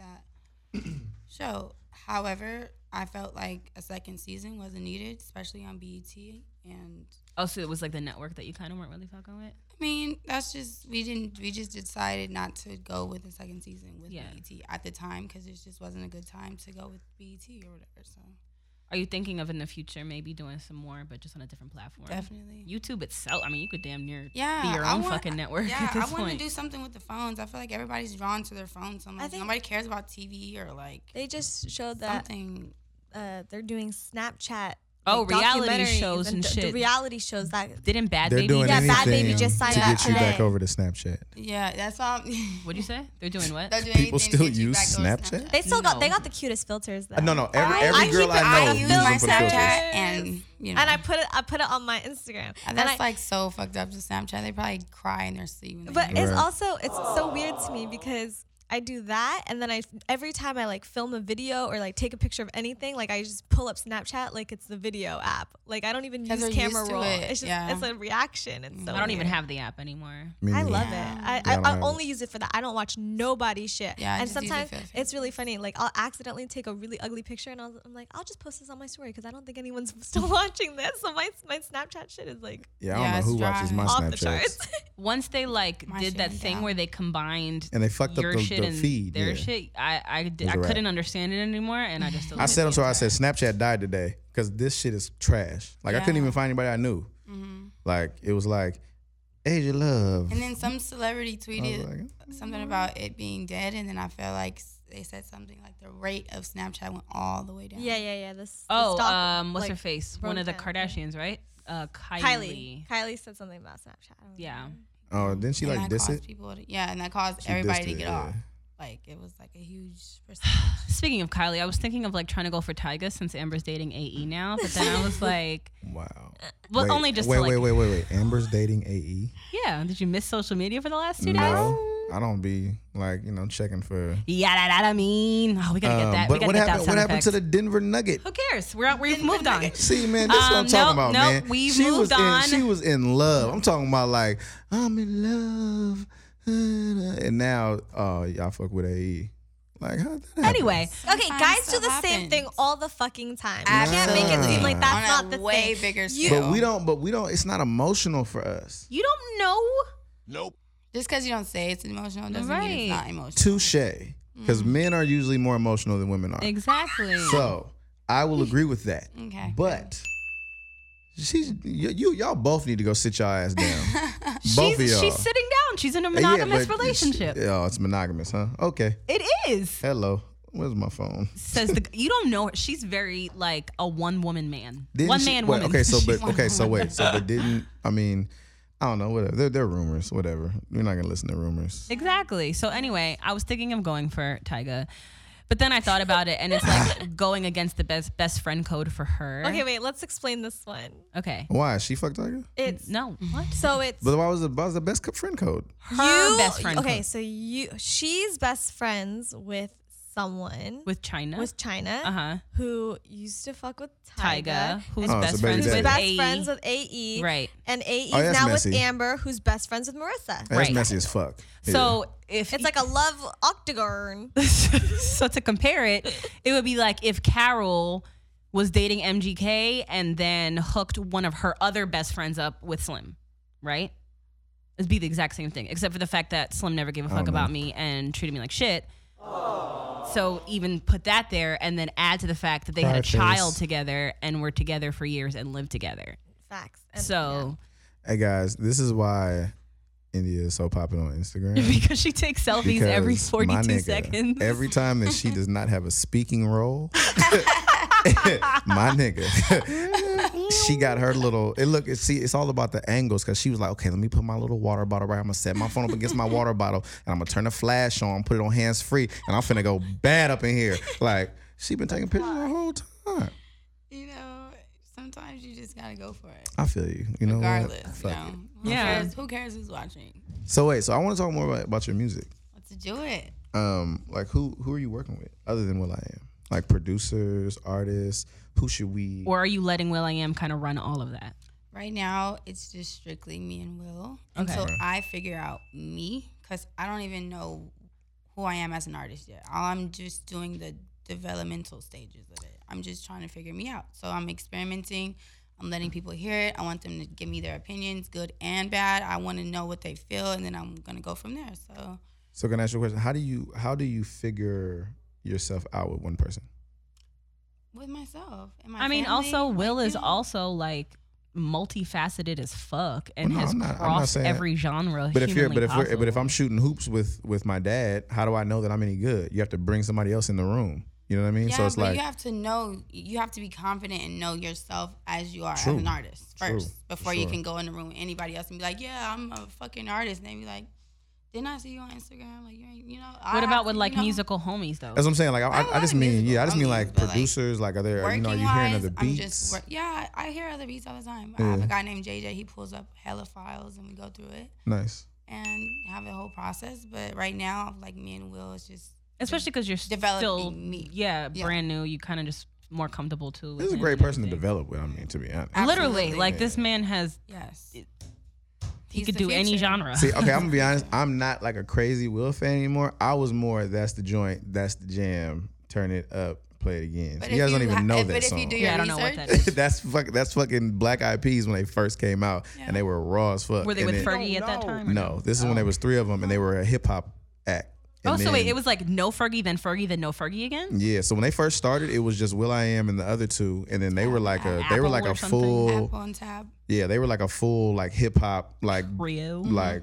Speaker 5: *clears throat*
Speaker 1: that show. However, I felt like a second season wasn't needed, especially on BET. And
Speaker 5: Oh, so it was like the network that you kind of weren't really fucking with?
Speaker 1: I mean, that's just we didn't we just decided not to go with the second season with
Speaker 5: Yeah.
Speaker 1: BET at the time because it just wasn't a good time to go with BET or whatever. So
Speaker 5: Are you thinking of in the future maybe doing some more, but just on a different platform?
Speaker 1: definitely.
Speaker 5: YouTube itself. I mean, you could damn near
Speaker 1: yeah,
Speaker 5: be your
Speaker 1: I
Speaker 5: own
Speaker 1: want-
Speaker 5: fucking network
Speaker 1: Yeah,
Speaker 5: at this
Speaker 1: I want
Speaker 5: point.
Speaker 1: to do something with the phones. I feel like everybody's drawn to their phones. So I'm
Speaker 9: I
Speaker 1: like,
Speaker 9: think-
Speaker 1: nobody cares about TV or like
Speaker 9: *laughs* They just showed that
Speaker 1: something.
Speaker 9: uh, they're doing Snapchat.
Speaker 5: Oh,
Speaker 9: like,
Speaker 5: reality
Speaker 9: documentaries
Speaker 5: shows and
Speaker 9: the-
Speaker 5: shit.
Speaker 9: The reality shows that
Speaker 5: Didn't Bad
Speaker 8: They're
Speaker 5: Baby
Speaker 8: doing
Speaker 9: Yeah,
Speaker 8: anything
Speaker 9: Bad Baby just signed
Speaker 8: to
Speaker 9: up
Speaker 8: get you back
Speaker 9: today.
Speaker 8: over to Snapchat.
Speaker 1: Yeah, that's all. *laughs*
Speaker 5: What do you say? They're doing what?
Speaker 1: Don't do anything
Speaker 8: People
Speaker 1: to
Speaker 8: still
Speaker 1: get you
Speaker 8: use
Speaker 1: back on
Speaker 8: Snapchat?
Speaker 9: They still got they
Speaker 5: No.
Speaker 9: got the cutest filters though.
Speaker 8: Uh, No, no. Every,
Speaker 9: I-
Speaker 8: every
Speaker 9: I
Speaker 8: girl
Speaker 9: keep it-
Speaker 8: I know
Speaker 9: I
Speaker 8: uses
Speaker 9: use
Speaker 8: them
Speaker 9: my
Speaker 8: for the
Speaker 9: Snapchat.
Speaker 8: filters.
Speaker 1: Snapchat and you know.
Speaker 9: And I put it I put it on my Instagram.
Speaker 1: and
Speaker 9: and
Speaker 1: that's
Speaker 9: I,
Speaker 1: like so fucked up to Snapchat. They probably cry in their sleep. When they
Speaker 9: But
Speaker 1: hear
Speaker 9: it's
Speaker 8: Right.
Speaker 9: also it's so weird to me because I do that and then I every time I like film a video or like take a picture of anything, like I just pull up Snapchat like it's the video app. Like I don't even
Speaker 1: 'Cause they're
Speaker 9: use camera
Speaker 1: used to
Speaker 9: roll.
Speaker 1: it,
Speaker 9: It's just
Speaker 1: yeah.
Speaker 9: it's a reaction. It's so
Speaker 5: I don't even
Speaker 9: weird.
Speaker 5: have the app anymore.
Speaker 8: Me
Speaker 9: I
Speaker 8: neither.
Speaker 9: love it. I, I,
Speaker 8: I don't
Speaker 9: I,
Speaker 8: have
Speaker 9: only
Speaker 8: it.
Speaker 9: use it for that. I don't watch nobody's shit.
Speaker 1: Yeah, I
Speaker 9: and
Speaker 1: just use it
Speaker 9: sometimes
Speaker 1: for the
Speaker 9: it's really funny. Like I'll accidentally take a really ugly picture, and I'll, I'm like, I'll just post this on my story because I don't think anyone's *laughs* still watching this. So my my Snapchat shit is like
Speaker 8: Yeah, I don't
Speaker 1: Yeah,
Speaker 8: know
Speaker 1: it's
Speaker 8: who watches my
Speaker 9: off the
Speaker 8: Snapchat.
Speaker 9: charts.
Speaker 5: Once they like
Speaker 1: My
Speaker 5: did
Speaker 1: shit
Speaker 5: that
Speaker 1: went
Speaker 5: thing
Speaker 1: down.
Speaker 5: where they combined
Speaker 8: And they fucked up
Speaker 5: your
Speaker 8: the-
Speaker 5: shit
Speaker 8: the
Speaker 5: and
Speaker 8: feed,
Speaker 5: their
Speaker 8: yeah.
Speaker 5: shit, I I, d-
Speaker 8: was
Speaker 5: I
Speaker 8: a wrap.
Speaker 5: couldn't understand it anymore, and I just
Speaker 8: I said
Speaker 5: deleted
Speaker 8: until I
Speaker 5: the
Speaker 8: said Snapchat died today because this shit is trash. Like I couldn't
Speaker 1: Yeah.
Speaker 8: even find anybody I knew. Like it was like, Asia Love.
Speaker 1: And then some celebrity
Speaker 8: I was
Speaker 1: tweeted
Speaker 8: like, "Mm."
Speaker 1: something about it being dead, and then I felt like s- they said something like the rate of Snapchat went all the way down.
Speaker 9: yeah, yeah, yeah. This. the
Speaker 5: Oh,
Speaker 9: stalk-
Speaker 5: um, what's
Speaker 9: like,
Speaker 5: her face? One of the
Speaker 9: broke down.
Speaker 5: Kardashians, right? Uh, Kylie.
Speaker 9: Kylie. Kylie said something about Snapchat. I don't
Speaker 5: Yeah.
Speaker 9: remember.
Speaker 8: oh, didn't she
Speaker 1: and
Speaker 8: like
Speaker 1: that
Speaker 8: diss
Speaker 1: caused
Speaker 8: it?
Speaker 1: people. To, yeah, and that caused
Speaker 8: She
Speaker 1: everybody
Speaker 8: dissed
Speaker 1: to
Speaker 8: it,
Speaker 1: get
Speaker 8: yeah.
Speaker 1: off. Like it was like a huge percentage.
Speaker 5: Speaking of Kylie, I was thinking of like trying to go for Tyga since Amber's dating AE now, but then I
Speaker 9: *laughs*
Speaker 5: was like,
Speaker 8: Wow.
Speaker 5: well,
Speaker 8: Wait,
Speaker 5: only just
Speaker 8: wait,
Speaker 5: to, like,
Speaker 8: wait, wait, wait, wait. Amber's dating AE.
Speaker 5: yeah. Did you miss social media for the last two days?
Speaker 8: No, I don't be like you know checking for.
Speaker 5: Yeah, that, that I mean, oh, we gotta get
Speaker 8: Um,
Speaker 5: that. we
Speaker 8: but
Speaker 5: gotta
Speaker 8: what
Speaker 5: get
Speaker 8: happened?
Speaker 5: that
Speaker 8: What
Speaker 5: sound
Speaker 8: happened to the
Speaker 5: effect.
Speaker 8: Denver Nugget?
Speaker 5: Who cares? We're out. We've moved
Speaker 9: *laughs*
Speaker 5: on.
Speaker 8: See, man, this is what I'm
Speaker 5: Um,
Speaker 8: talking
Speaker 5: nope,
Speaker 8: about,
Speaker 5: nope,
Speaker 8: man.
Speaker 5: we've
Speaker 8: she
Speaker 5: moved
Speaker 8: was
Speaker 5: on.
Speaker 8: In, she was in love. I'm talking about like uh, I'm in love, and now oh y'all fuck with AE. Like, how that
Speaker 5: Anyway,
Speaker 9: okay, guys do the same thing all the fucking time. You can't make it seem like that's
Speaker 1: a
Speaker 9: not the
Speaker 1: way
Speaker 9: thing.
Speaker 1: bigger
Speaker 9: You-
Speaker 8: But we don't. But we don't. It's not emotional for us.
Speaker 5: You don't know.
Speaker 8: Nope.
Speaker 1: Just because you don't say it's emotional doesn't mean it's not emotional.
Speaker 8: Touche.
Speaker 5: Mm.
Speaker 8: Because men are usually more emotional than women are.
Speaker 5: Exactly.
Speaker 8: So I will agree with
Speaker 5: *laughs*
Speaker 8: that.
Speaker 1: Okay.
Speaker 8: But she's you, you y'all both need to go sit your ass down.
Speaker 5: *laughs*
Speaker 8: both of
Speaker 5: she's,
Speaker 8: y'all.
Speaker 5: she's sitting down. She's in a
Speaker 8: Yeah,
Speaker 5: monogamous
Speaker 8: but it's-
Speaker 5: relationship.
Speaker 8: Oh, it's monogamous, huh? Okay.
Speaker 5: It is.
Speaker 8: Hello. Where's my phone?
Speaker 5: Says the you don't know her. She's very like a one woman man.
Speaker 8: Didn't
Speaker 5: one
Speaker 8: she-
Speaker 5: man
Speaker 8: wait,
Speaker 5: woman.
Speaker 8: Okay,
Speaker 5: *laughs*
Speaker 8: so
Speaker 5: She's
Speaker 8: but
Speaker 5: one
Speaker 8: okay, so
Speaker 5: woman.
Speaker 8: wait, so but didn't I mean I don't know, whatever. They're, they're rumors, whatever. You're not gonna listen to rumors.
Speaker 5: Exactly. So anyway, I was thinking of going for Tyga. But then I thought about it and it's
Speaker 8: *laughs*
Speaker 5: like going against the best best friend code for her.
Speaker 9: Okay, wait. Let's explain this one.
Speaker 5: Okay.
Speaker 8: Why she fucked Tiger?
Speaker 9: It's
Speaker 5: no. What?
Speaker 9: So it's
Speaker 8: But why was it? Why was the best co- friend code?
Speaker 5: Her best friend
Speaker 9: Okay,
Speaker 5: code.
Speaker 9: so you she's best friends with someone
Speaker 5: With China.
Speaker 9: with China,
Speaker 5: Uh-huh.
Speaker 9: who used to fuck with
Speaker 5: Tyga,
Speaker 9: Tyga,
Speaker 5: who's
Speaker 8: Oh, so
Speaker 5: best
Speaker 8: baby
Speaker 5: friends
Speaker 8: daddy.
Speaker 5: with
Speaker 8: Who's
Speaker 9: best
Speaker 5: AE.
Speaker 9: friends with AE,
Speaker 5: Right.
Speaker 9: And AE
Speaker 8: Oh,
Speaker 9: is
Speaker 8: that's
Speaker 9: now
Speaker 8: messy.
Speaker 9: with Amber, who's best friends with Marissa.
Speaker 8: That's
Speaker 5: Right.
Speaker 8: messy as fuck.
Speaker 5: So if
Speaker 9: It's like a love octagon.
Speaker 5: *laughs* so to compare it, it would be like if Carol was dating MGK and then hooked one of her other best friends up with Slim, right? It'd be the exact same thing, except for the fact that Slim never gave a fuck
Speaker 8: don't know.
Speaker 5: about me and treated me like shit. So even put that there and then add to the fact that they had a
Speaker 8: Cry
Speaker 5: child
Speaker 8: face.
Speaker 5: together and were together for years and lived together.
Speaker 9: Facts. And-
Speaker 5: So
Speaker 8: hey guys, this is why India is so popular on
Speaker 5: *laughs*
Speaker 8: Instagram.
Speaker 5: because she takes selfies every
Speaker 8: Because my
Speaker 5: 42
Speaker 8: nigga,
Speaker 5: seconds.
Speaker 8: Every time that she does not have a
Speaker 5: *laughs*
Speaker 8: speaking role, my nigga, she got her little. It look, it, see, it's all about the angles because she was like, okay, let me put my little water bottle right. I'm gonna set my phone up against my water bottle and I'm gonna turn the flash on, put it on hands free, and I'm finna go bad up in here. Like she been taking pictures the whole time.
Speaker 1: You know, sometimes you just gotta go for it.
Speaker 8: I feel you. You know, what?
Speaker 1: Regardless, you
Speaker 8: Fuck
Speaker 1: know.
Speaker 8: it.
Speaker 1: Who
Speaker 5: Yeah.
Speaker 1: Cares, who cares who's watching?
Speaker 8: So wait, so I want to talk more about, about your music.
Speaker 1: Let's do it.
Speaker 8: um like who who are you working with other than will i am like producers artists who should we
Speaker 5: or are you letting Will I Am kind of run all of that?
Speaker 1: Right now, it's just strictly me and Will. And
Speaker 5: Okay.
Speaker 1: So I figure out me because I don't even know who I am as an artist yet. All I'm just doing the developmental stages of it. I'm just trying to figure me out. So I'm experimenting. I'm letting people hear it. I want them to give me their opinions, good and bad. I want to know what they feel, and then I'm gonna go from there. So
Speaker 8: so can i ask you a question how do you how do you figure yourself out with one person
Speaker 1: with myself, and my
Speaker 5: I mean,
Speaker 1: family,
Speaker 5: also
Speaker 1: like,
Speaker 5: Will
Speaker 1: you
Speaker 5: is
Speaker 1: know.
Speaker 5: also like multifaceted as fuck and
Speaker 8: Well, no,
Speaker 5: has
Speaker 8: I'm not- I'm not
Speaker 5: crossed
Speaker 8: saying-
Speaker 5: every genre.
Speaker 8: but if you're but if
Speaker 5: humanly
Speaker 8: we're, but if i'm
Speaker 5: possible.
Speaker 8: shooting hoops with with my dad how do i know that i'm any good you have to bring somebody else in the room you know what i mean
Speaker 1: Yeah,
Speaker 8: so it's
Speaker 1: but
Speaker 8: like
Speaker 1: you have to know, you have to be confident and know yourself as you are
Speaker 8: True.
Speaker 1: as an artist
Speaker 8: True.
Speaker 1: first before you
Speaker 8: Sure.
Speaker 1: can go in the room with anybody else and be like, yeah, I'm a fucking artist. And they be like, didn't I see you on Instagram? Like, you ain't, you know. I
Speaker 5: what
Speaker 1: have
Speaker 5: about
Speaker 1: to,
Speaker 5: with like
Speaker 1: you know,
Speaker 5: musical homies though?
Speaker 8: that's what i'm saying like i,
Speaker 1: I don't
Speaker 8: I, I just
Speaker 1: have any
Speaker 8: mean yeah i just mean
Speaker 1: musical
Speaker 8: like
Speaker 1: homies, but, like,
Speaker 8: producers like are there you
Speaker 1: Working
Speaker 8: know are you
Speaker 1: wise,
Speaker 8: hearing other
Speaker 1: I'm
Speaker 8: beats
Speaker 1: just, wor- yeah, I hear other beats all the time. I have
Speaker 8: Yeah.
Speaker 1: a guy named JJ. He pulls up hella files and we go through it
Speaker 8: nice
Speaker 1: and have a whole process. But right now, like me and Will, it's just
Speaker 5: Especially because you're
Speaker 1: Developing
Speaker 5: still
Speaker 1: me.
Speaker 5: yeah,
Speaker 1: Yeah.
Speaker 5: brand new. You kind of just more comfortable too.
Speaker 8: this is a
Speaker 5: him
Speaker 8: great
Speaker 5: and
Speaker 8: person to
Speaker 5: everything.
Speaker 8: develop with i mean to be honest
Speaker 5: Literally,
Speaker 1: Absolutely.
Speaker 5: like this man has
Speaker 1: yes.
Speaker 5: he
Speaker 1: He's
Speaker 5: could
Speaker 1: the
Speaker 5: do any
Speaker 1: future.
Speaker 5: genre.
Speaker 8: See, okay, I'm
Speaker 1: *laughs*
Speaker 8: gonna be honest. I'm not like a crazy Will fan anymore. I was more that's the joint, that's the jam, turn it up, play it again.
Speaker 1: But
Speaker 8: you
Speaker 1: if
Speaker 8: guys don't even
Speaker 1: ha-
Speaker 8: know
Speaker 1: if-
Speaker 8: that
Speaker 1: But
Speaker 8: song.
Speaker 1: if you do your
Speaker 5: Yeah, I don't know what
Speaker 1: research,
Speaker 5: that is.
Speaker 8: *laughs* that's fuck, that's fucking Black Eyed Peas when they first came out, and they were raw as
Speaker 5: *laughs*
Speaker 8: fuck.
Speaker 5: Were they
Speaker 8: And
Speaker 5: with
Speaker 8: then-
Speaker 5: Fergie at that
Speaker 10: know.
Speaker 5: time? or
Speaker 8: No, this is when there was three of them, and they were a hip hop act.
Speaker 5: Oh,
Speaker 8: And
Speaker 5: so wait,
Speaker 8: then- Mm.
Speaker 5: it was like no Fergie, then Fergie, then no Fergie again.
Speaker 8: yeah. So when they first started, it was just Will I Am and the other two, and then they were like a they
Speaker 5: Apple
Speaker 8: were like
Speaker 5: or
Speaker 8: a
Speaker 5: something?
Speaker 8: full
Speaker 1: Apple on tap.
Speaker 8: yeah they were like a full like hip hop like
Speaker 5: Rio.
Speaker 8: like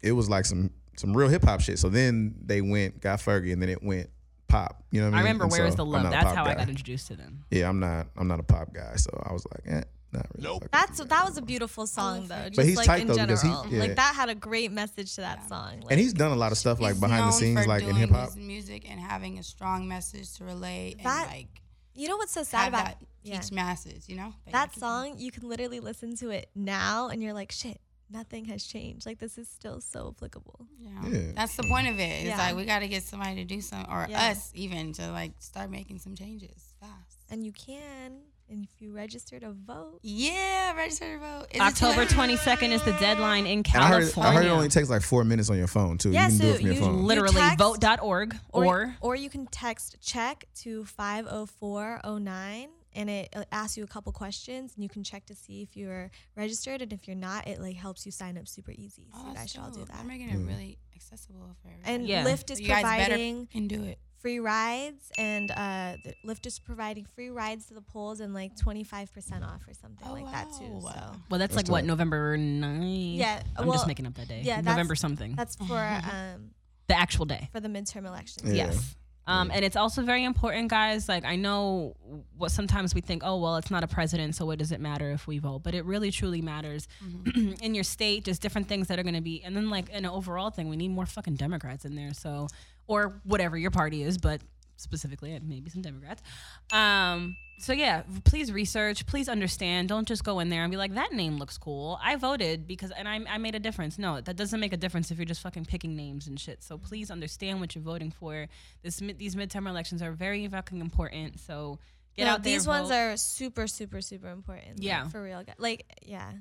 Speaker 8: it was like some some real hip hop shit. So then they went got Fergie, and then it went pop. You know what I mean?
Speaker 5: I remember
Speaker 8: And
Speaker 5: Where
Speaker 8: so
Speaker 5: Is the
Speaker 8: I'm
Speaker 5: Love?
Speaker 8: not a
Speaker 5: That's
Speaker 8: pop
Speaker 5: how I
Speaker 8: guy.
Speaker 5: got introduced to them.
Speaker 8: Yeah, I'm not I'm not a pop guy, so I was like, eh, not really. Nope.
Speaker 9: That's that was a beautiful song though. Just
Speaker 8: he's
Speaker 9: like
Speaker 8: tight,
Speaker 9: in
Speaker 8: though, because he-
Speaker 9: general.
Speaker 8: yeah.
Speaker 9: Like that had a great message to that song. Like,
Speaker 8: and he's done a lot of stuff like
Speaker 1: He's
Speaker 8: behind the
Speaker 1: known
Speaker 8: scenes,
Speaker 1: for
Speaker 8: like in
Speaker 1: doing
Speaker 8: hip hop.
Speaker 1: his music and having a strong message to relate
Speaker 9: That-
Speaker 1: and like
Speaker 9: you know what's so sad
Speaker 1: have
Speaker 9: about
Speaker 1: that
Speaker 9: yeah.
Speaker 1: teach masses, you know? Like, I
Speaker 9: that
Speaker 1: keep-
Speaker 9: song you can literally listen to it now and you're like shit nothing has changed like this is still so applicable
Speaker 1: Yeah.
Speaker 8: Yeah,
Speaker 1: That's the point of it. It's
Speaker 9: Yeah.
Speaker 1: like we got to get somebody to do some, or
Speaker 9: Yeah.
Speaker 1: us even to like start making some changes fast.
Speaker 9: and you can And if you register to vote,
Speaker 1: yeah, register to vote. Is it
Speaker 5: October
Speaker 1: too late?
Speaker 5: 22nd is the deadline in
Speaker 8: And I heard,
Speaker 5: California.
Speaker 8: I heard it only takes like four minutes on your phone too.
Speaker 9: Yeah,
Speaker 8: you can do
Speaker 9: so
Speaker 8: it from your
Speaker 9: you-
Speaker 8: phone.
Speaker 5: Literally,
Speaker 9: text
Speaker 5: vote.org or,
Speaker 9: or or you can text check to 50409 and it uh, asks you a couple questions and you can check to see if you're registered and if you're not it like helps you sign up super easy so
Speaker 1: Oh,
Speaker 9: you guys
Speaker 1: that's
Speaker 9: should all do
Speaker 1: dope.
Speaker 9: that
Speaker 1: They're making it really accessible for everybody.
Speaker 9: and
Speaker 5: Yeah.
Speaker 9: lyft is
Speaker 1: you guys better
Speaker 9: providing
Speaker 1: can do it.
Speaker 9: free rides and uh, the lyft is providing free rides to the polls and like 25% off or something
Speaker 1: Oh,
Speaker 9: like that too
Speaker 1: wow.
Speaker 9: so
Speaker 5: well, that's like
Speaker 8: That's
Speaker 5: what
Speaker 8: dope.
Speaker 5: November 9th?
Speaker 9: Yeah,
Speaker 5: I'm
Speaker 9: well,
Speaker 5: just making up that day.
Speaker 9: yeah, that's-
Speaker 5: November something.
Speaker 9: that's
Speaker 1: *laughs*
Speaker 9: for um,
Speaker 5: the actual day.
Speaker 9: for the midterm elections
Speaker 8: Yeah.
Speaker 5: Yes. Um, and it's also very important, guys. Like I know what sometimes we think, oh well, it's not a president, so what does it matter if we vote? But it really truly matters *clears throat* in your state. Just different things that are going to be, and then like in an overall thing, we need more fucking Democrats in there. So or whatever your party is, but specifically and maybe some Democrats. Um, so yeah, please research, please understand. Don't just go in there and be like, that name looks cool. I voted because and I, I made a difference. No, that doesn't make a difference if you're just fucking picking names and shit. So please understand what you're voting for. This mid- these midterm elections are very fucking important. So get
Speaker 9: No,
Speaker 5: out there.
Speaker 9: these ones
Speaker 5: vote.
Speaker 9: are super super super important like,
Speaker 5: Yeah.
Speaker 9: for real like yeah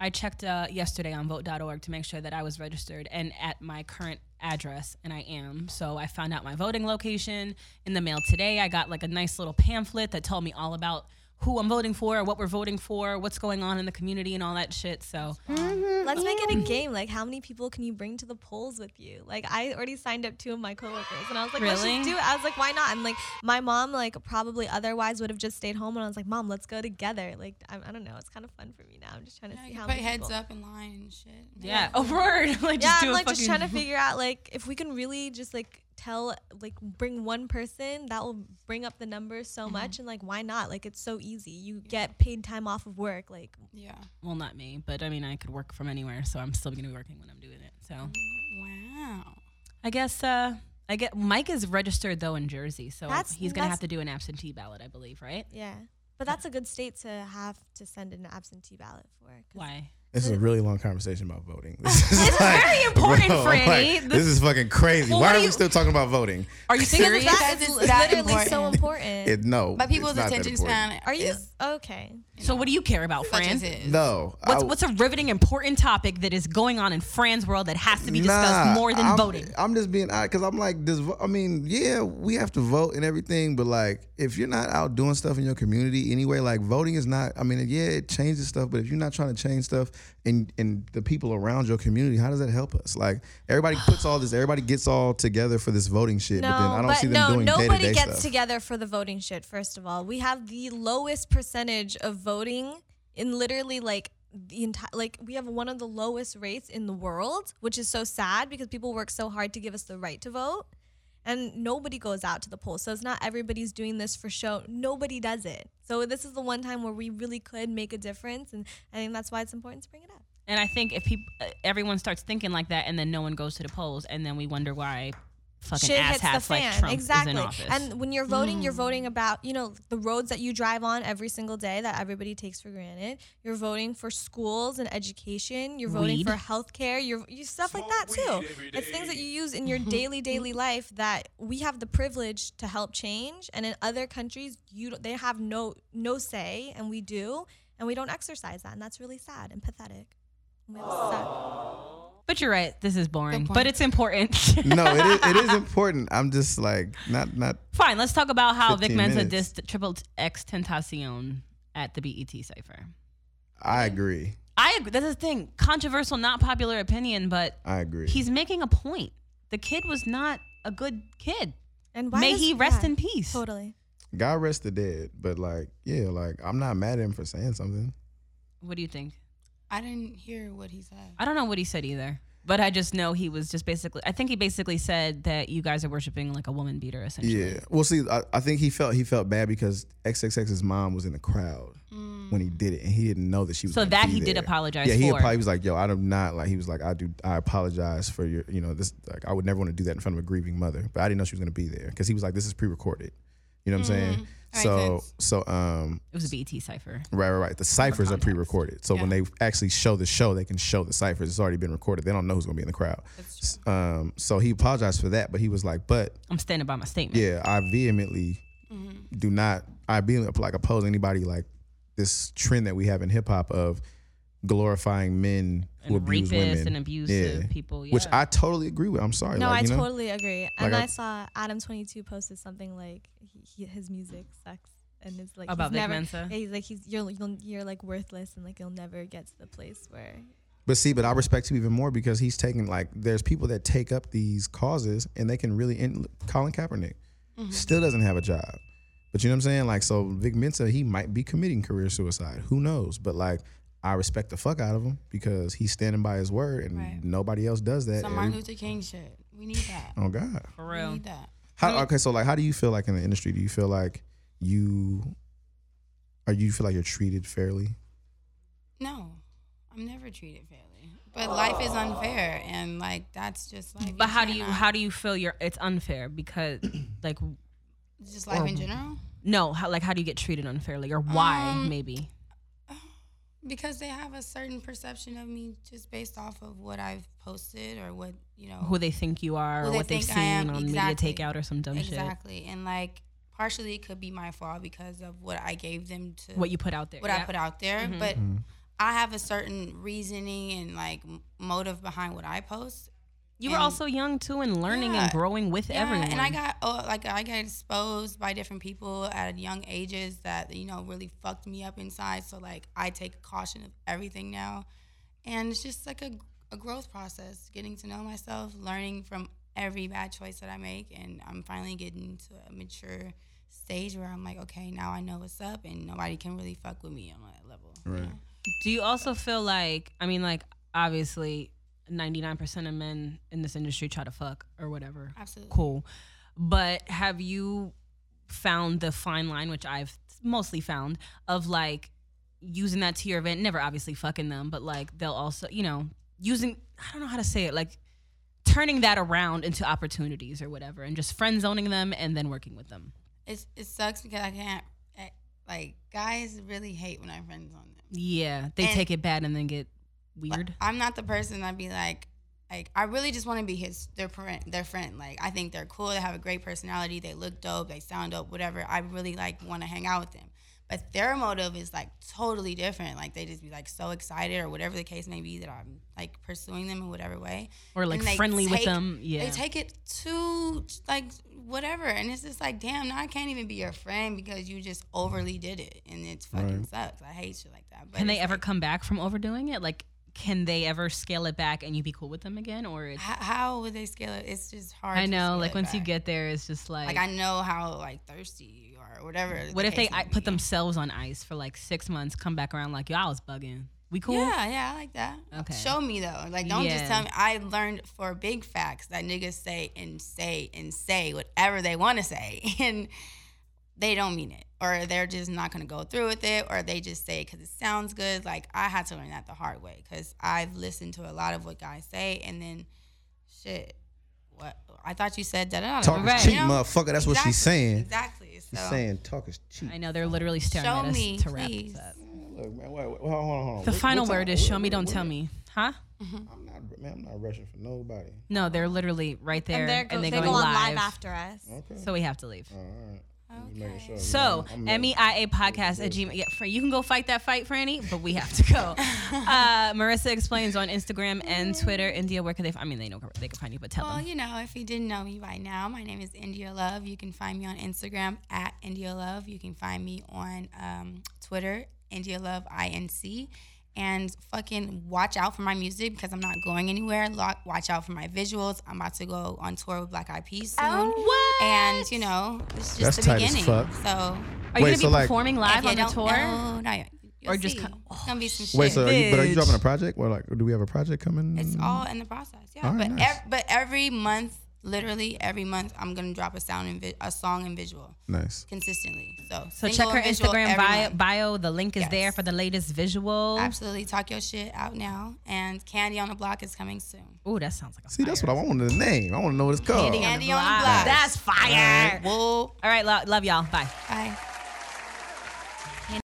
Speaker 5: I checked uh, yesterday on vote.org to make sure that I was registered and at my current address, and I am. So I found out my voting location in the mail today. I got like a nice little pamphlet that told me all about who I'm voting for, what we're voting for, what's going on in the community, and all that shit. So
Speaker 9: Let's make it a game. Like, how many people can you bring to the polls with you? Like, I already signed up two of my coworkers, and I was like, let's
Speaker 5: Really?
Speaker 9: just do it. I was like, why not? And like, my mom, like, probably otherwise would have just stayed home, and I was like, mom, let's go together. Like, I, I don't know. It's kind of fun for me now. I'm just trying to
Speaker 1: Yeah,
Speaker 9: see
Speaker 1: you
Speaker 9: how
Speaker 1: put
Speaker 9: many
Speaker 1: heads
Speaker 9: people.
Speaker 1: up in line and shit.
Speaker 5: yeah, *laughs* a word. like, just
Speaker 9: yeah,
Speaker 5: do
Speaker 9: I'm
Speaker 5: a
Speaker 9: like just trying to
Speaker 5: fucking- *laughs*
Speaker 9: figure out like if we can really just like tell like bring one person that will bring up the numbers so much and like why not like it's so easy you get paid time off of work like
Speaker 1: Yeah.
Speaker 5: Well, not me, but I mean, I could work from anywhere, so I'm still gonna be working when I'm doing it. So
Speaker 1: Wow.
Speaker 5: I guess. uh I get Mike is registered though in Jersey, so
Speaker 9: That's-
Speaker 5: he's gonna
Speaker 9: that's-
Speaker 5: have to do an absentee ballot, I believe, right?
Speaker 9: Yeah. But that's a good state to have to send an absentee ballot for. 'cause-
Speaker 5: Why?
Speaker 8: This is a really long conversation about voting. *laughs*
Speaker 5: *laughs*
Speaker 8: This is like-
Speaker 5: very important,
Speaker 8: bro,
Speaker 5: Franny.
Speaker 8: like,
Speaker 5: This-
Speaker 8: this is fucking crazy.
Speaker 5: Well, what
Speaker 8: Why
Speaker 5: do
Speaker 8: are we
Speaker 5: you-
Speaker 8: still talking about voting?
Speaker 5: Are you *laughs* serious?
Speaker 1: Because
Speaker 9: That
Speaker 1: it's
Speaker 9: is
Speaker 1: that
Speaker 9: literally so
Speaker 1: important.
Speaker 9: important.
Speaker 8: It no.
Speaker 1: But people's
Speaker 8: it's not that
Speaker 1: attention
Speaker 8: important.
Speaker 1: span
Speaker 9: Are you
Speaker 1: is
Speaker 9: okay?
Speaker 5: So what do you care about,
Speaker 1: such
Speaker 5: Fran?
Speaker 1: as it is.
Speaker 8: No.
Speaker 5: What's,
Speaker 8: I-
Speaker 5: what's a riveting, important topic that is going on in Fran's world that has to be discussed
Speaker 8: Nah,
Speaker 5: more than
Speaker 8: I'm,
Speaker 5: voting?
Speaker 8: I'm just being odd because I'm like this. vo- I mean, yeah, we have to vote and everything, but like if you're not out doing stuff in your community anyway, like voting is not. I mean, yeah, it changes stuff, but if you're not trying to change stuff and and the people around your community, how does that help us? Like
Speaker 9: *sighs*
Speaker 8: everybody puts all this, everybody gets all together for this voting shit, but then I
Speaker 9: No,
Speaker 8: don't
Speaker 9: but
Speaker 8: see them
Speaker 9: no,
Speaker 8: doing
Speaker 9: nobody
Speaker 8: day-to-day
Speaker 9: gets
Speaker 8: stuff.
Speaker 9: together for the voting shit, first of all. We have the lowest percentage of voting in literally like the entire like we have one of the lowest rates in the world, which is so sad because people work so hard to give us the right to vote. And nobody goes out to the polls. So it's not everybody's doing this for show. Nobody does it. So this is the one time where we really could make a difference. And I think that's why it's important to bring it up.
Speaker 5: And I think if people, everyone starts thinking like that, and then no one goes to the polls, and then we wonder why fucking
Speaker 9: shit hits the
Speaker 5: asshats
Speaker 9: fan.
Speaker 5: like Trump
Speaker 9: exactly.
Speaker 5: is in office.
Speaker 9: And when you're voting, you're voting about, you know, the roads that you drive on every single day that everybody takes for granted. You're voting for schools and education. You're voting
Speaker 5: Weed.
Speaker 9: for healthcare. You're you stuff like that too. It's things that you use in your
Speaker 5: Mm-hmm.
Speaker 9: daily daily life that we have the privilege to help change and in other countries you don't- they have no no say and we do and we don't exercise that and that's really sad and pathetic. And we all suck.
Speaker 5: but you're right, this is boring,
Speaker 1: point.
Speaker 5: but it's important. *laughs*
Speaker 8: *laughs* no, it is, it is important. I'm just like not not.
Speaker 5: Fine, let's talk about how Vic
Speaker 8: 15
Speaker 5: Mensa
Speaker 8: minutes.
Speaker 5: dissed Triple X Tentacion at the BET Cypher.
Speaker 8: I agree.
Speaker 5: I agree. That's the thing. Controversial, not popular opinion, but
Speaker 8: I agree.
Speaker 5: he's making a point. The kid was not a good kid.
Speaker 9: And why
Speaker 5: May
Speaker 9: does-
Speaker 5: he rest
Speaker 9: yeah,
Speaker 5: in peace.
Speaker 9: Totally.
Speaker 8: God rest the dead, but like yeah, like I'm not mad at him for saying something.
Speaker 5: What do you think?
Speaker 1: I didn't hear what he said.
Speaker 5: I don't know what he said either. But I just know he was just basically. I think he basically said that you guys are worshiping like a woman beater, essentially.
Speaker 8: Yeah. Well, see, I, I think he felt he felt bad because XXX's mom was in the crowd
Speaker 1: Mm.
Speaker 8: when he did it, and he didn't know that she was.
Speaker 5: So
Speaker 8: gonna
Speaker 5: that
Speaker 8: be
Speaker 5: he did
Speaker 8: there.
Speaker 5: apologize
Speaker 8: Yeah, he
Speaker 5: for.
Speaker 8: probably was like, "Yo, I do not like." He was like, "I do. I apologize for your. You know, this. Like, I would never want to do that in front of a grieving mother, but I didn't know she was gonna be there because he was like, this is pre-recorded. You know what I'm saying?
Speaker 1: Mm. That
Speaker 8: So,
Speaker 1: makes sense.
Speaker 8: so um,
Speaker 5: It was a BT cipher.
Speaker 8: Right, right, right. The ciphers are pre-recorded, so when they actually show the show, they can show the ciphers. It's already been recorded. They don't know who's gonna be in the crowd. Um, so he apologized for that, but he was like, "But
Speaker 5: I'm standing by my statement. Mm-hmm.
Speaker 8: yeah, I vehemently do not I be like oppose anybody like this trend that we have in hip hop of glorifying men
Speaker 5: And
Speaker 8: who abuse
Speaker 5: rapists
Speaker 8: women
Speaker 5: and abusive people,
Speaker 8: which
Speaker 5: yeah.
Speaker 8: I totally agree with. I'm sorry.
Speaker 9: no,
Speaker 8: like,
Speaker 9: I
Speaker 8: you know?
Speaker 9: totally agree. and
Speaker 8: I-
Speaker 9: I, saw Adam Twenty Two posted something like he, he, his music sucks and it's like
Speaker 5: About Vic
Speaker 9: he's never,
Speaker 5: Mensa?
Speaker 9: Yeah, he's like he's you're you're, you're like worthless and like you'll never get to the place where
Speaker 8: But see, but I respect him even more because he's taking like there's people that take up these causes and they can really. End, Colin Kaepernick
Speaker 1: Mm-hmm.
Speaker 9: Mhm.
Speaker 8: still doesn't have a job, but you know what I'm saying? Like, so Vic Mensa, he might be committing career suicide. Who knows? But like, I respect the fuck out of him because he's standing by his word, and
Speaker 1: Right.
Speaker 8: nobody else does that.
Speaker 1: Some Martin
Speaker 8: Every-
Speaker 1: Luther King shit. We need that.
Speaker 8: oh God.
Speaker 5: For real.
Speaker 1: We need that.
Speaker 8: How, okay, so like, how do you feel like in the industry? Do you feel like you are you feel like you're treated fairly?
Speaker 1: No, I'm never treated fairly. But life is unfair, and like that's just life.
Speaker 5: But how do you
Speaker 1: cannot-
Speaker 5: how do you feel your it's unfair because *clears throat* like
Speaker 1: just life in
Speaker 5: or-
Speaker 1: general?
Speaker 5: No, how, like how do you get treated unfairly or why
Speaker 1: Um,
Speaker 5: maybe?
Speaker 1: Because they have a certain perception of me just based off of what I've posted or what you know
Speaker 5: Who they think you are
Speaker 1: who
Speaker 5: or
Speaker 1: they
Speaker 5: what they've
Speaker 1: think
Speaker 5: seen
Speaker 1: I am,
Speaker 5: on
Speaker 1: exactly.
Speaker 5: media takeout or some dumb shit.
Speaker 1: exactly. And like partially it could be my fault because of what I gave them to
Speaker 5: What you put out there,
Speaker 1: What I
Speaker 5: yeah.
Speaker 1: put out there,
Speaker 5: Mhm.
Speaker 1: but
Speaker 5: Mhm.
Speaker 1: I have a certain reasoning and like m- motive behind what I post.
Speaker 5: You were
Speaker 1: And-
Speaker 5: also young too and learning
Speaker 1: Yeah.
Speaker 5: and growing with
Speaker 1: Yeah,
Speaker 5: everyone.
Speaker 1: And I got oh, like I got exposed by different people at young ages that you know really fucked me up inside. So like I take caution of everything now, and it's just like a a growth process, getting to know myself, learning from every bad choice that I make, and I'm finally getting to a mature stage where I'm like, okay, now I know what's up, and nobody can really fuck with me on that level.
Speaker 8: Right.
Speaker 5: Do you also feel like I mean like obviously 99% of men in this industry try to fuck or whatever.
Speaker 1: Absolutely.
Speaker 5: Cool. But have you found the fine line which I've mostly found of like using that to your event, never obviously fucking them, but like they'll also, you know, using I don't know how to say it, like turning that around into opportunities or whatever and just friend zoning them and then working with them.
Speaker 1: It's it sucks because I can't eh, like guys really hate when I friends on them.
Speaker 5: Yeah, they
Speaker 1: And-
Speaker 5: take it bad and then get weird.
Speaker 1: I'm not the person that'd be like, like I really just want to be his their parent, their friend. Like I think they're cool. They have a great personality. They look dope. They sound dope. Whatever. I really like want to hang out with them. But their motive is like totally different. Like they just be like so excited or whatever the case may be that I'm like pursuing them in whatever way.
Speaker 5: Or, like,
Speaker 1: they
Speaker 5: friendly with them, yeah.
Speaker 1: They take it to like whatever, and it's just like damn. Now I can't even be your friend because you just overly did it, and it fucking
Speaker 5: Right.
Speaker 1: sucks. I hate shit like that. But
Speaker 5: can
Speaker 1: it's
Speaker 5: they ever come back from overdoing it? Like, can they ever scale it back and you be cool with them again? Or it's,
Speaker 1: H- how would they scale it? It's just hard.
Speaker 5: I
Speaker 1: to
Speaker 5: know,
Speaker 1: scale
Speaker 5: like
Speaker 1: it
Speaker 5: once you
Speaker 1: back.
Speaker 5: get there, it's just like,
Speaker 1: like, I know how like thirsty you are, or whatever.
Speaker 5: what
Speaker 1: the
Speaker 5: if they
Speaker 1: case may
Speaker 5: I, put themselves on ice for like six months, come back around like, yo, I was bugging.
Speaker 1: be.
Speaker 5: We cool?
Speaker 1: Yeah, yeah, I like that.
Speaker 5: Okay.
Speaker 1: Show me though. Like, don't just
Speaker 5: Yeah.
Speaker 1: tell me. I learned for big facts that niggas say and say and say whatever they want to say, *laughs* and they don't mean it, or they're just not gonna go through with it, or they just say it because it sounds good. Like I had to learn that the hard way because I've listened to a lot of what guys say, and then shit. What I thought you said da da da.
Speaker 8: Talk is cheap, motherfucker. That's what she's saying.
Speaker 1: Exactly.
Speaker 8: She's
Speaker 1: so-
Speaker 8: saying talk is cheap.
Speaker 5: I know they're literally staring
Speaker 1: Show
Speaker 5: at us
Speaker 1: me,
Speaker 5: to wrap
Speaker 1: please.
Speaker 5: this up.
Speaker 8: Look, man, wait, wait, hold on, hold on, hold on.
Speaker 5: The
Speaker 8: What-
Speaker 5: final
Speaker 8: what time-
Speaker 5: word is
Speaker 8: what-
Speaker 5: show me,
Speaker 8: what-
Speaker 5: don't
Speaker 8: what-
Speaker 5: tell me. Huh?
Speaker 8: I'm not, man, I'm not rushing for nobody.
Speaker 5: No, they're literally right there and,
Speaker 9: they're go-
Speaker 5: they
Speaker 9: they
Speaker 5: go
Speaker 9: go on
Speaker 5: live.
Speaker 9: live after us.
Speaker 8: Okay.
Speaker 5: So we have to leave.
Speaker 8: All right. I'm just making sure,
Speaker 5: So
Speaker 8: man. I'm- I'm-
Speaker 5: MEIA podcast at Gmail. Yeah, Fran, you can go fight that fight, Franny, but we have to
Speaker 8: *laughs*
Speaker 5: go. uh, Marissa explains on Instagram and Twitter. India, where can they? Find, I mean, they know where they can find you, but tell
Speaker 1: Well,
Speaker 8: Oh,
Speaker 5: them.
Speaker 1: you know, if you didn't know me by now, my name is India Love. You can find me on Instagram at India Love. You can find me on um, Twitter, India Love INC. And fucking watch out for my music because I'm not going anywhere. Lo- watch out for my visuals. I'm about to go on tour with Black Eyed Peas soon.
Speaker 5: Oh,
Speaker 1: And you know, it's just
Speaker 8: That's
Speaker 1: the
Speaker 8: tight as
Speaker 1: beginning.
Speaker 8: fuck.
Speaker 1: So, are
Speaker 8: you Wait, gonna be so, like- performing
Speaker 5: live on the tour?
Speaker 1: No, not yet. You'll
Speaker 5: Or just
Speaker 1: see.
Speaker 5: co-
Speaker 1: it's gonna be some shit.
Speaker 8: Wait, so are you, but are you dropping a project? Or like, do we have a project coming?
Speaker 5: Mm.
Speaker 1: It's all in the process. Yeah,
Speaker 8: All right,
Speaker 1: but
Speaker 8: nice.
Speaker 1: ev- but every month, literally every month, I'm gonna drop a sound and vi- a song and visual.
Speaker 8: Nice.
Speaker 1: Consistently. So
Speaker 5: So check
Speaker 1: single
Speaker 5: her
Speaker 1: and visual
Speaker 5: Instagram
Speaker 1: every
Speaker 5: bio,
Speaker 1: month.
Speaker 5: bio. The link is there
Speaker 1: Yes.
Speaker 5: for the latest visual.
Speaker 1: Absolutely, talk your shit out now. And Candy on the Block is coming soon.
Speaker 5: Oh, that sounds like
Speaker 8: See, that's what I wanted the name.
Speaker 5: Oh,
Speaker 8: I want to know what it's called.
Speaker 1: Candy on the Block.
Speaker 5: That's fire.
Speaker 1: Whoa.
Speaker 5: All right, lo- love y'all. Bye.
Speaker 1: Bye.